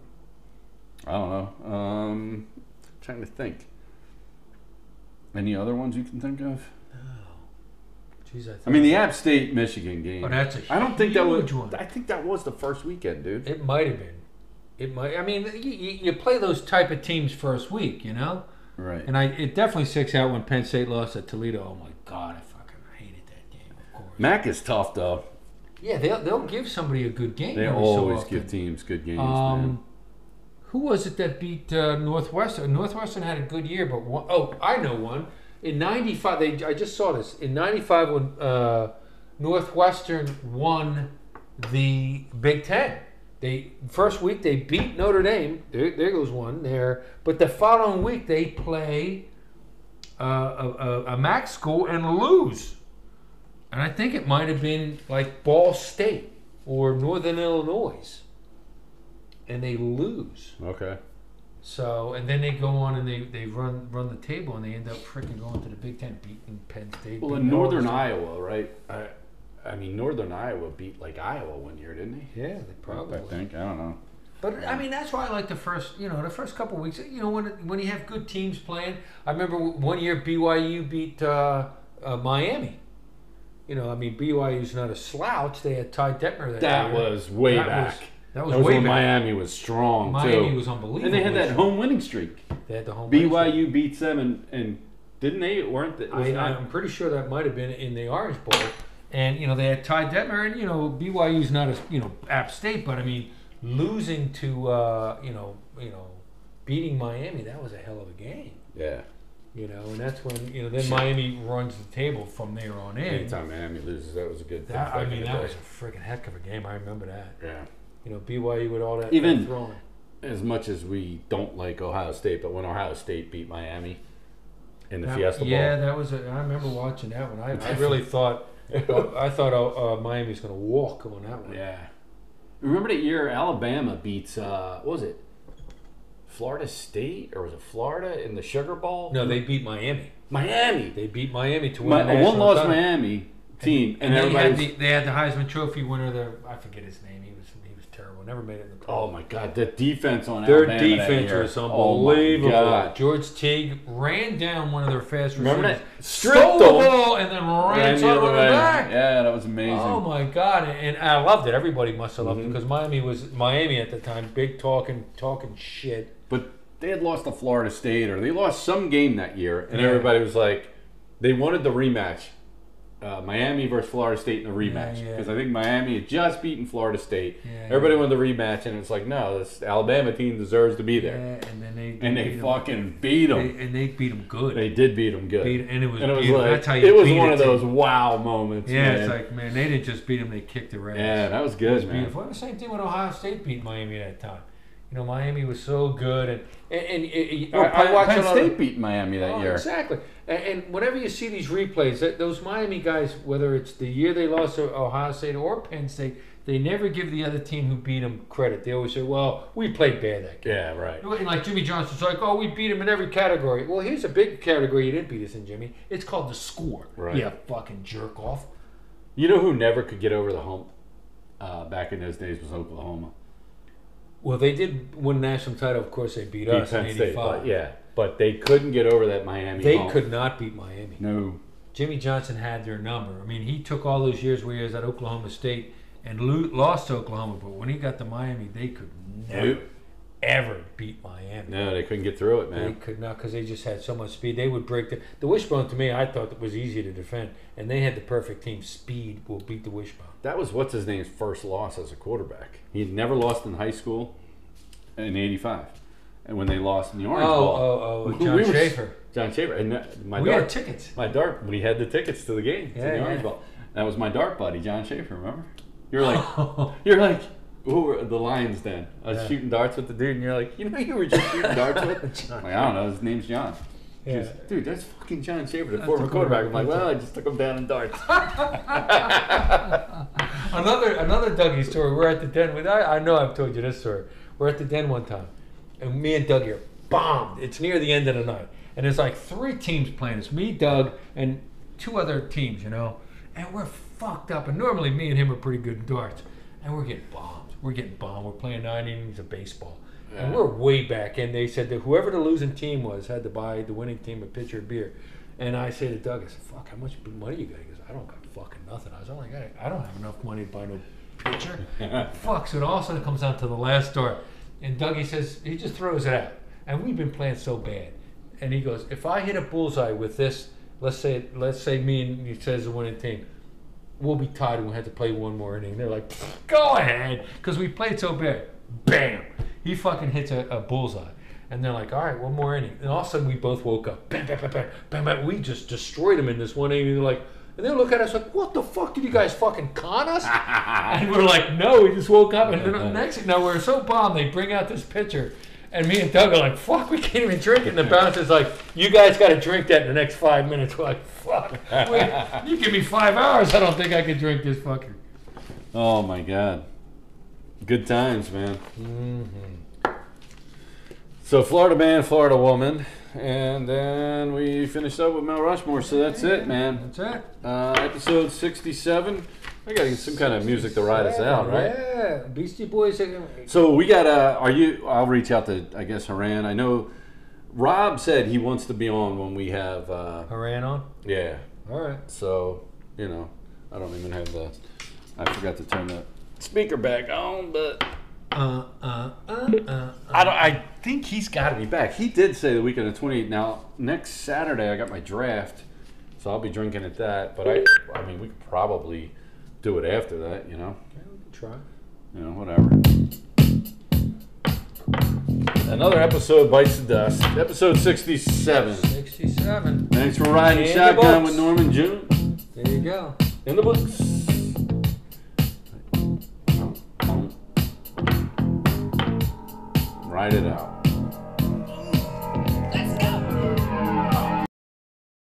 Speaker 1: I don't know. Um, trying to think. Any other ones you can think of?
Speaker 2: Oh. Jeez, I,
Speaker 1: I mean, the App State Michigan game.
Speaker 2: Oh, that's a
Speaker 1: I don't think that was.
Speaker 2: huge one.
Speaker 1: I think that was the first weekend, dude.
Speaker 2: It might have been. It might. I mean, you, you play those type of teams first week, you know.
Speaker 1: Right.
Speaker 2: And I, it definitely sticks out when Penn State lost at Toledo. Oh my God, I fucking hated that game. Of course.
Speaker 1: Mac is tough though.
Speaker 2: Yeah, they'll they'll give somebody a good game.
Speaker 1: They
Speaker 2: every so
Speaker 1: always
Speaker 2: often.
Speaker 1: give teams good games, man.
Speaker 2: Um, who was it that beat uh, Northwestern? Northwestern had a good year, but one, oh, I know one. In '95, they I just saw this. In '95, when uh, Northwestern won the Big Ten, they first week they beat Notre Dame. There, there goes one there. But the following week they play uh, a, a, a MAC school and lose. And I think it might have been like Ball State or Northern Illinois and they lose.
Speaker 1: Okay.
Speaker 2: So and then they go on and they, they run run the table and they end up freaking going to the Big Ten, beating Penn State.
Speaker 1: Well, in
Speaker 2: beating
Speaker 1: Northern
Speaker 2: Iowa.
Speaker 1: Iowa, right? I, I mean, Northern Iowa beat like Iowa one year, didn't they?
Speaker 2: yeah, they probably.
Speaker 1: I think. I don't know.
Speaker 2: But I mean, that's why I like the first, you know, the first couple weeks. You know, when when you have good teams playing. I remember one year BYU beat uh, uh, Miami. You know, I mean, BYU's not a slouch. They had Ty Detmer. That,
Speaker 1: That
Speaker 2: year.
Speaker 1: was way
Speaker 2: That
Speaker 1: back.
Speaker 2: was- that was
Speaker 1: that was
Speaker 2: way
Speaker 1: when
Speaker 2: back.
Speaker 1: Miami was strong too.
Speaker 2: Miami was unbelievable.
Speaker 1: And they had that home winning streak.
Speaker 2: They had the home
Speaker 1: BYU beats them, and, and didn't they? Weren't they?
Speaker 2: I, I'm pretty sure that might have been in the Orange Bowl. And, you know, they had Ty Detmer, and, you know, BYU's not a, you know, App State, but, I mean, losing to, uh, you know, you know, beating Miami, that was a hell of a game.
Speaker 1: yeah.
Speaker 2: You know, and that's when, you know, then Miami runs the table from there on in.
Speaker 1: Anytime Miami loses, that was a good thing.
Speaker 2: That, I
Speaker 1: back in
Speaker 2: mean,
Speaker 1: the
Speaker 2: that
Speaker 1: day.
Speaker 2: was a freaking heck of a game. I remember that.
Speaker 1: yeah.
Speaker 2: You know, BYU with all that
Speaker 1: Even-
Speaker 2: throwing.
Speaker 1: As much as we don't like Ohio State, but when Ohio State beat Miami in the
Speaker 2: That-
Speaker 1: Fiesta
Speaker 2: yeah,
Speaker 1: Bowl,
Speaker 2: that was. A, I remember watching that one. I, I really thought, I thought uh, uh, Miami's going to walk on that one.
Speaker 1: yeah. Remember that year Alabama beats uh, what was it? Florida State or was it Florida in the Sugar Bowl?
Speaker 2: No, they beat Miami.
Speaker 1: Miami.
Speaker 2: They beat Miami to win
Speaker 1: My,
Speaker 2: the
Speaker 1: a
Speaker 2: national
Speaker 1: one loss
Speaker 2: title.
Speaker 1: Miami team, and,
Speaker 2: And, they,
Speaker 1: everybody.
Speaker 2: had the, they had the Heisman Trophy winner. The I forget his name. He was he was terrible. Never made it in the play.
Speaker 1: Oh my God! The defense on
Speaker 2: Their
Speaker 1: Alabama that
Speaker 2: defense
Speaker 1: year.
Speaker 2: was
Speaker 1: Oh, my
Speaker 2: unbelievable.
Speaker 1: God.
Speaker 2: George Teague ran down one of their fast
Speaker 1: Remember
Speaker 2: receivers,
Speaker 1: that?
Speaker 2: stole
Speaker 1: Stripped
Speaker 2: the
Speaker 1: him.
Speaker 2: ball, and then
Speaker 1: Ran
Speaker 2: ran
Speaker 1: the
Speaker 2: to
Speaker 1: other
Speaker 2: the
Speaker 1: way.
Speaker 2: back.
Speaker 1: Yeah, that was amazing. Mm-hmm.
Speaker 2: Oh my God! And, and I loved it. Everybody must have loved it because Miami was Miami at the time, big talking, talking shit.
Speaker 1: But they had lost to Florida State, or they lost some game that year, and
Speaker 2: Yeah.
Speaker 1: everybody was like, they wanted the rematch, uh, Miami versus Florida State in the rematch,
Speaker 2: yeah.
Speaker 1: because I think Miami had just beaten Florida State.
Speaker 2: Yeah,
Speaker 1: everybody wanted the rematch, and it's like, no, this Alabama team deserves to be there,
Speaker 2: and then they
Speaker 1: and
Speaker 2: beat
Speaker 1: they
Speaker 2: 'em.
Speaker 1: fucking beat them.
Speaker 2: They- and they beat them good.
Speaker 1: They did beat them good,
Speaker 2: Beat- and it was
Speaker 1: and it was
Speaker 2: beautiful.
Speaker 1: like
Speaker 2: That's how you
Speaker 1: it was
Speaker 2: beat
Speaker 1: one
Speaker 2: a
Speaker 1: of those
Speaker 2: team.
Speaker 1: wow moments.
Speaker 2: yeah,
Speaker 1: man.
Speaker 2: it's like man, they didn't just beat them; they kicked their ass.
Speaker 1: yeah, that was good, man.
Speaker 2: beautiful. And the same thing when Ohio State beat Miami that time. You know, Miami was so good, and and, and, and-
Speaker 1: Well,
Speaker 2: I, I
Speaker 1: Penn-
Speaker 2: watched
Speaker 1: Penn
Speaker 2: it on-
Speaker 1: State beat Miami that
Speaker 2: Oh,
Speaker 1: year.
Speaker 2: exactly. And, and whenever you see these replays, that, those Miami guys, whether it's the year they lost to Ohio State or Penn State, they never give the other team who beat them credit. They always say, "Well, we played bad that game."
Speaker 1: Yeah, right.
Speaker 2: And Like Jimmy Johnson's like, "Oh, we beat him in every category." Well, here's a big category you didn't beat us in, Jimmy. It's called the score.
Speaker 1: Right.
Speaker 2: Yeah, fucking jerk off.
Speaker 1: You know who never could get over the hump uh, back in those days was Oklahoma.
Speaker 2: Well, they did win national title. Of course, they beat,
Speaker 1: Beat
Speaker 2: us in
Speaker 1: Penn State,
Speaker 2: '85.
Speaker 1: but yeah, but they couldn't get over that Miami.
Speaker 2: They
Speaker 1: hump.
Speaker 2: could not beat Miami.
Speaker 1: No,
Speaker 2: Jimmy Johnson had their number. I mean, he took all those years where he was at Oklahoma State and lo- lost to Oklahoma, but when he got to Miami, they could never,
Speaker 1: Nope.
Speaker 2: ever beat Miami.
Speaker 1: no, they couldn't get through it,
Speaker 2: They
Speaker 1: man.
Speaker 2: could not because they just had so much speed. They would break the the wishbone. To me, I thought that was easy to defend, and they had the perfect team. Speed will beat the wishbone.
Speaker 1: That was what's his name's first loss as a quarterback. He had never lost in high school in '85, and when they lost in the Orange
Speaker 2: Oh,
Speaker 1: Bowl,
Speaker 2: oh, oh,
Speaker 1: we-
Speaker 2: John
Speaker 1: we were-
Speaker 2: Schaefer.
Speaker 1: John Schaefer, and that- my
Speaker 2: We had
Speaker 1: dart,
Speaker 2: tickets.
Speaker 1: my dart. We had the tickets to the game to
Speaker 2: Yeah,
Speaker 1: the Orange
Speaker 2: yeah.
Speaker 1: Bowl. That was my dart buddy, John Schaefer. Remember? You're like. You're like, who were the Lions then? I was
Speaker 2: Yeah.
Speaker 1: shooting darts with the dude, and you're like, you know, you were just shooting darts with. I'm like, I don't know, his name's John. She
Speaker 2: Yeah.
Speaker 1: goes, Dude, that's fucking John Shaver, the
Speaker 2: That's
Speaker 1: former
Speaker 2: the
Speaker 1: quarterback. I'm
Speaker 2: quarterback.
Speaker 1: like, well, I just took him down in darts.
Speaker 2: Another another Dougie story. We're at the den. With I, I know I've told you this story. We're at the den one time, and me and Dougie are bombed. It's near the end of the night, and there's like three teams playing. It's me, Doug, and two other teams. You know, and we're fucked up. And normally me and him are pretty good in darts, and we're getting bombed. We're getting bombed. We're playing nine innings of baseball. And we're way back, and they said that whoever the losing team was had to buy the winning team a pitcher of beer. And I say to Doug, I said, "Fuck, how much money you got?" He goes, "I don't got fucking nothing." I was like, "I, I don't have enough money to buy no pitcher." Fuck. So it all of a sudden comes down to the last door, and Dougie says he just throws it out, and we've been playing so bad, and he goes, "If I hit a bullseye with this, let's say let's say me and he says the winning team." We'll be tied and we have to play one more inning. They're like, go ahead, because we played so bad. Bam! He fucking hits a, a bullseye. And they're like, all right, one more inning. And all of a sudden, we both woke up. Bam, bam, bam, bam, bam, bam. We just destroyed them in this one inning. And they're like, and they look at us like, what the fuck? Did you guys fucking con us? and we're like, no, we just woke up. And then the next thing, now we're so bombed, they bring out this pitcher. And me and Doug are like, fuck, we can't even drink it. And the bouncer's like, you guys got to drink that in the next five minutes. We're like, fuck, wait, you give me five hours. I don't think I can drink this fucking.
Speaker 1: Oh my god. Good times, man.
Speaker 2: Mm-hmm.
Speaker 1: So Florida man, Florida woman, and then we finished up with Mount Rushmore. So that's it, man.
Speaker 2: That's it.
Speaker 1: Uh, episode sixty-seven. I gotta get some kind of music to ride us out, right?
Speaker 2: Yeah, Beastie Boys.
Speaker 1: So we got. to Are you? I'll reach out to. I guess Haran. I know. Rob said he wants to be on when we have. Uh,
Speaker 2: Haran on.
Speaker 1: yeah.
Speaker 2: All right.
Speaker 1: So, you know, I don't even have the. I forgot to turn the speaker back on, but
Speaker 2: Uh, uh, uh, uh,
Speaker 1: I don't. I think he's got to be back. He did say the weekend of 28. Now next Saturday I got my draft, so I'll be drinking at that. But I, I mean, we could probably do it after that. You know,
Speaker 2: Try.
Speaker 1: you know, whatever. Another episode bites the dust. Episode 67.
Speaker 2: 67.
Speaker 1: Thanks for riding
Speaker 2: In the
Speaker 1: shotgun
Speaker 2: books.
Speaker 1: with Norman June.
Speaker 2: There you go.
Speaker 1: In the books. Ride it out.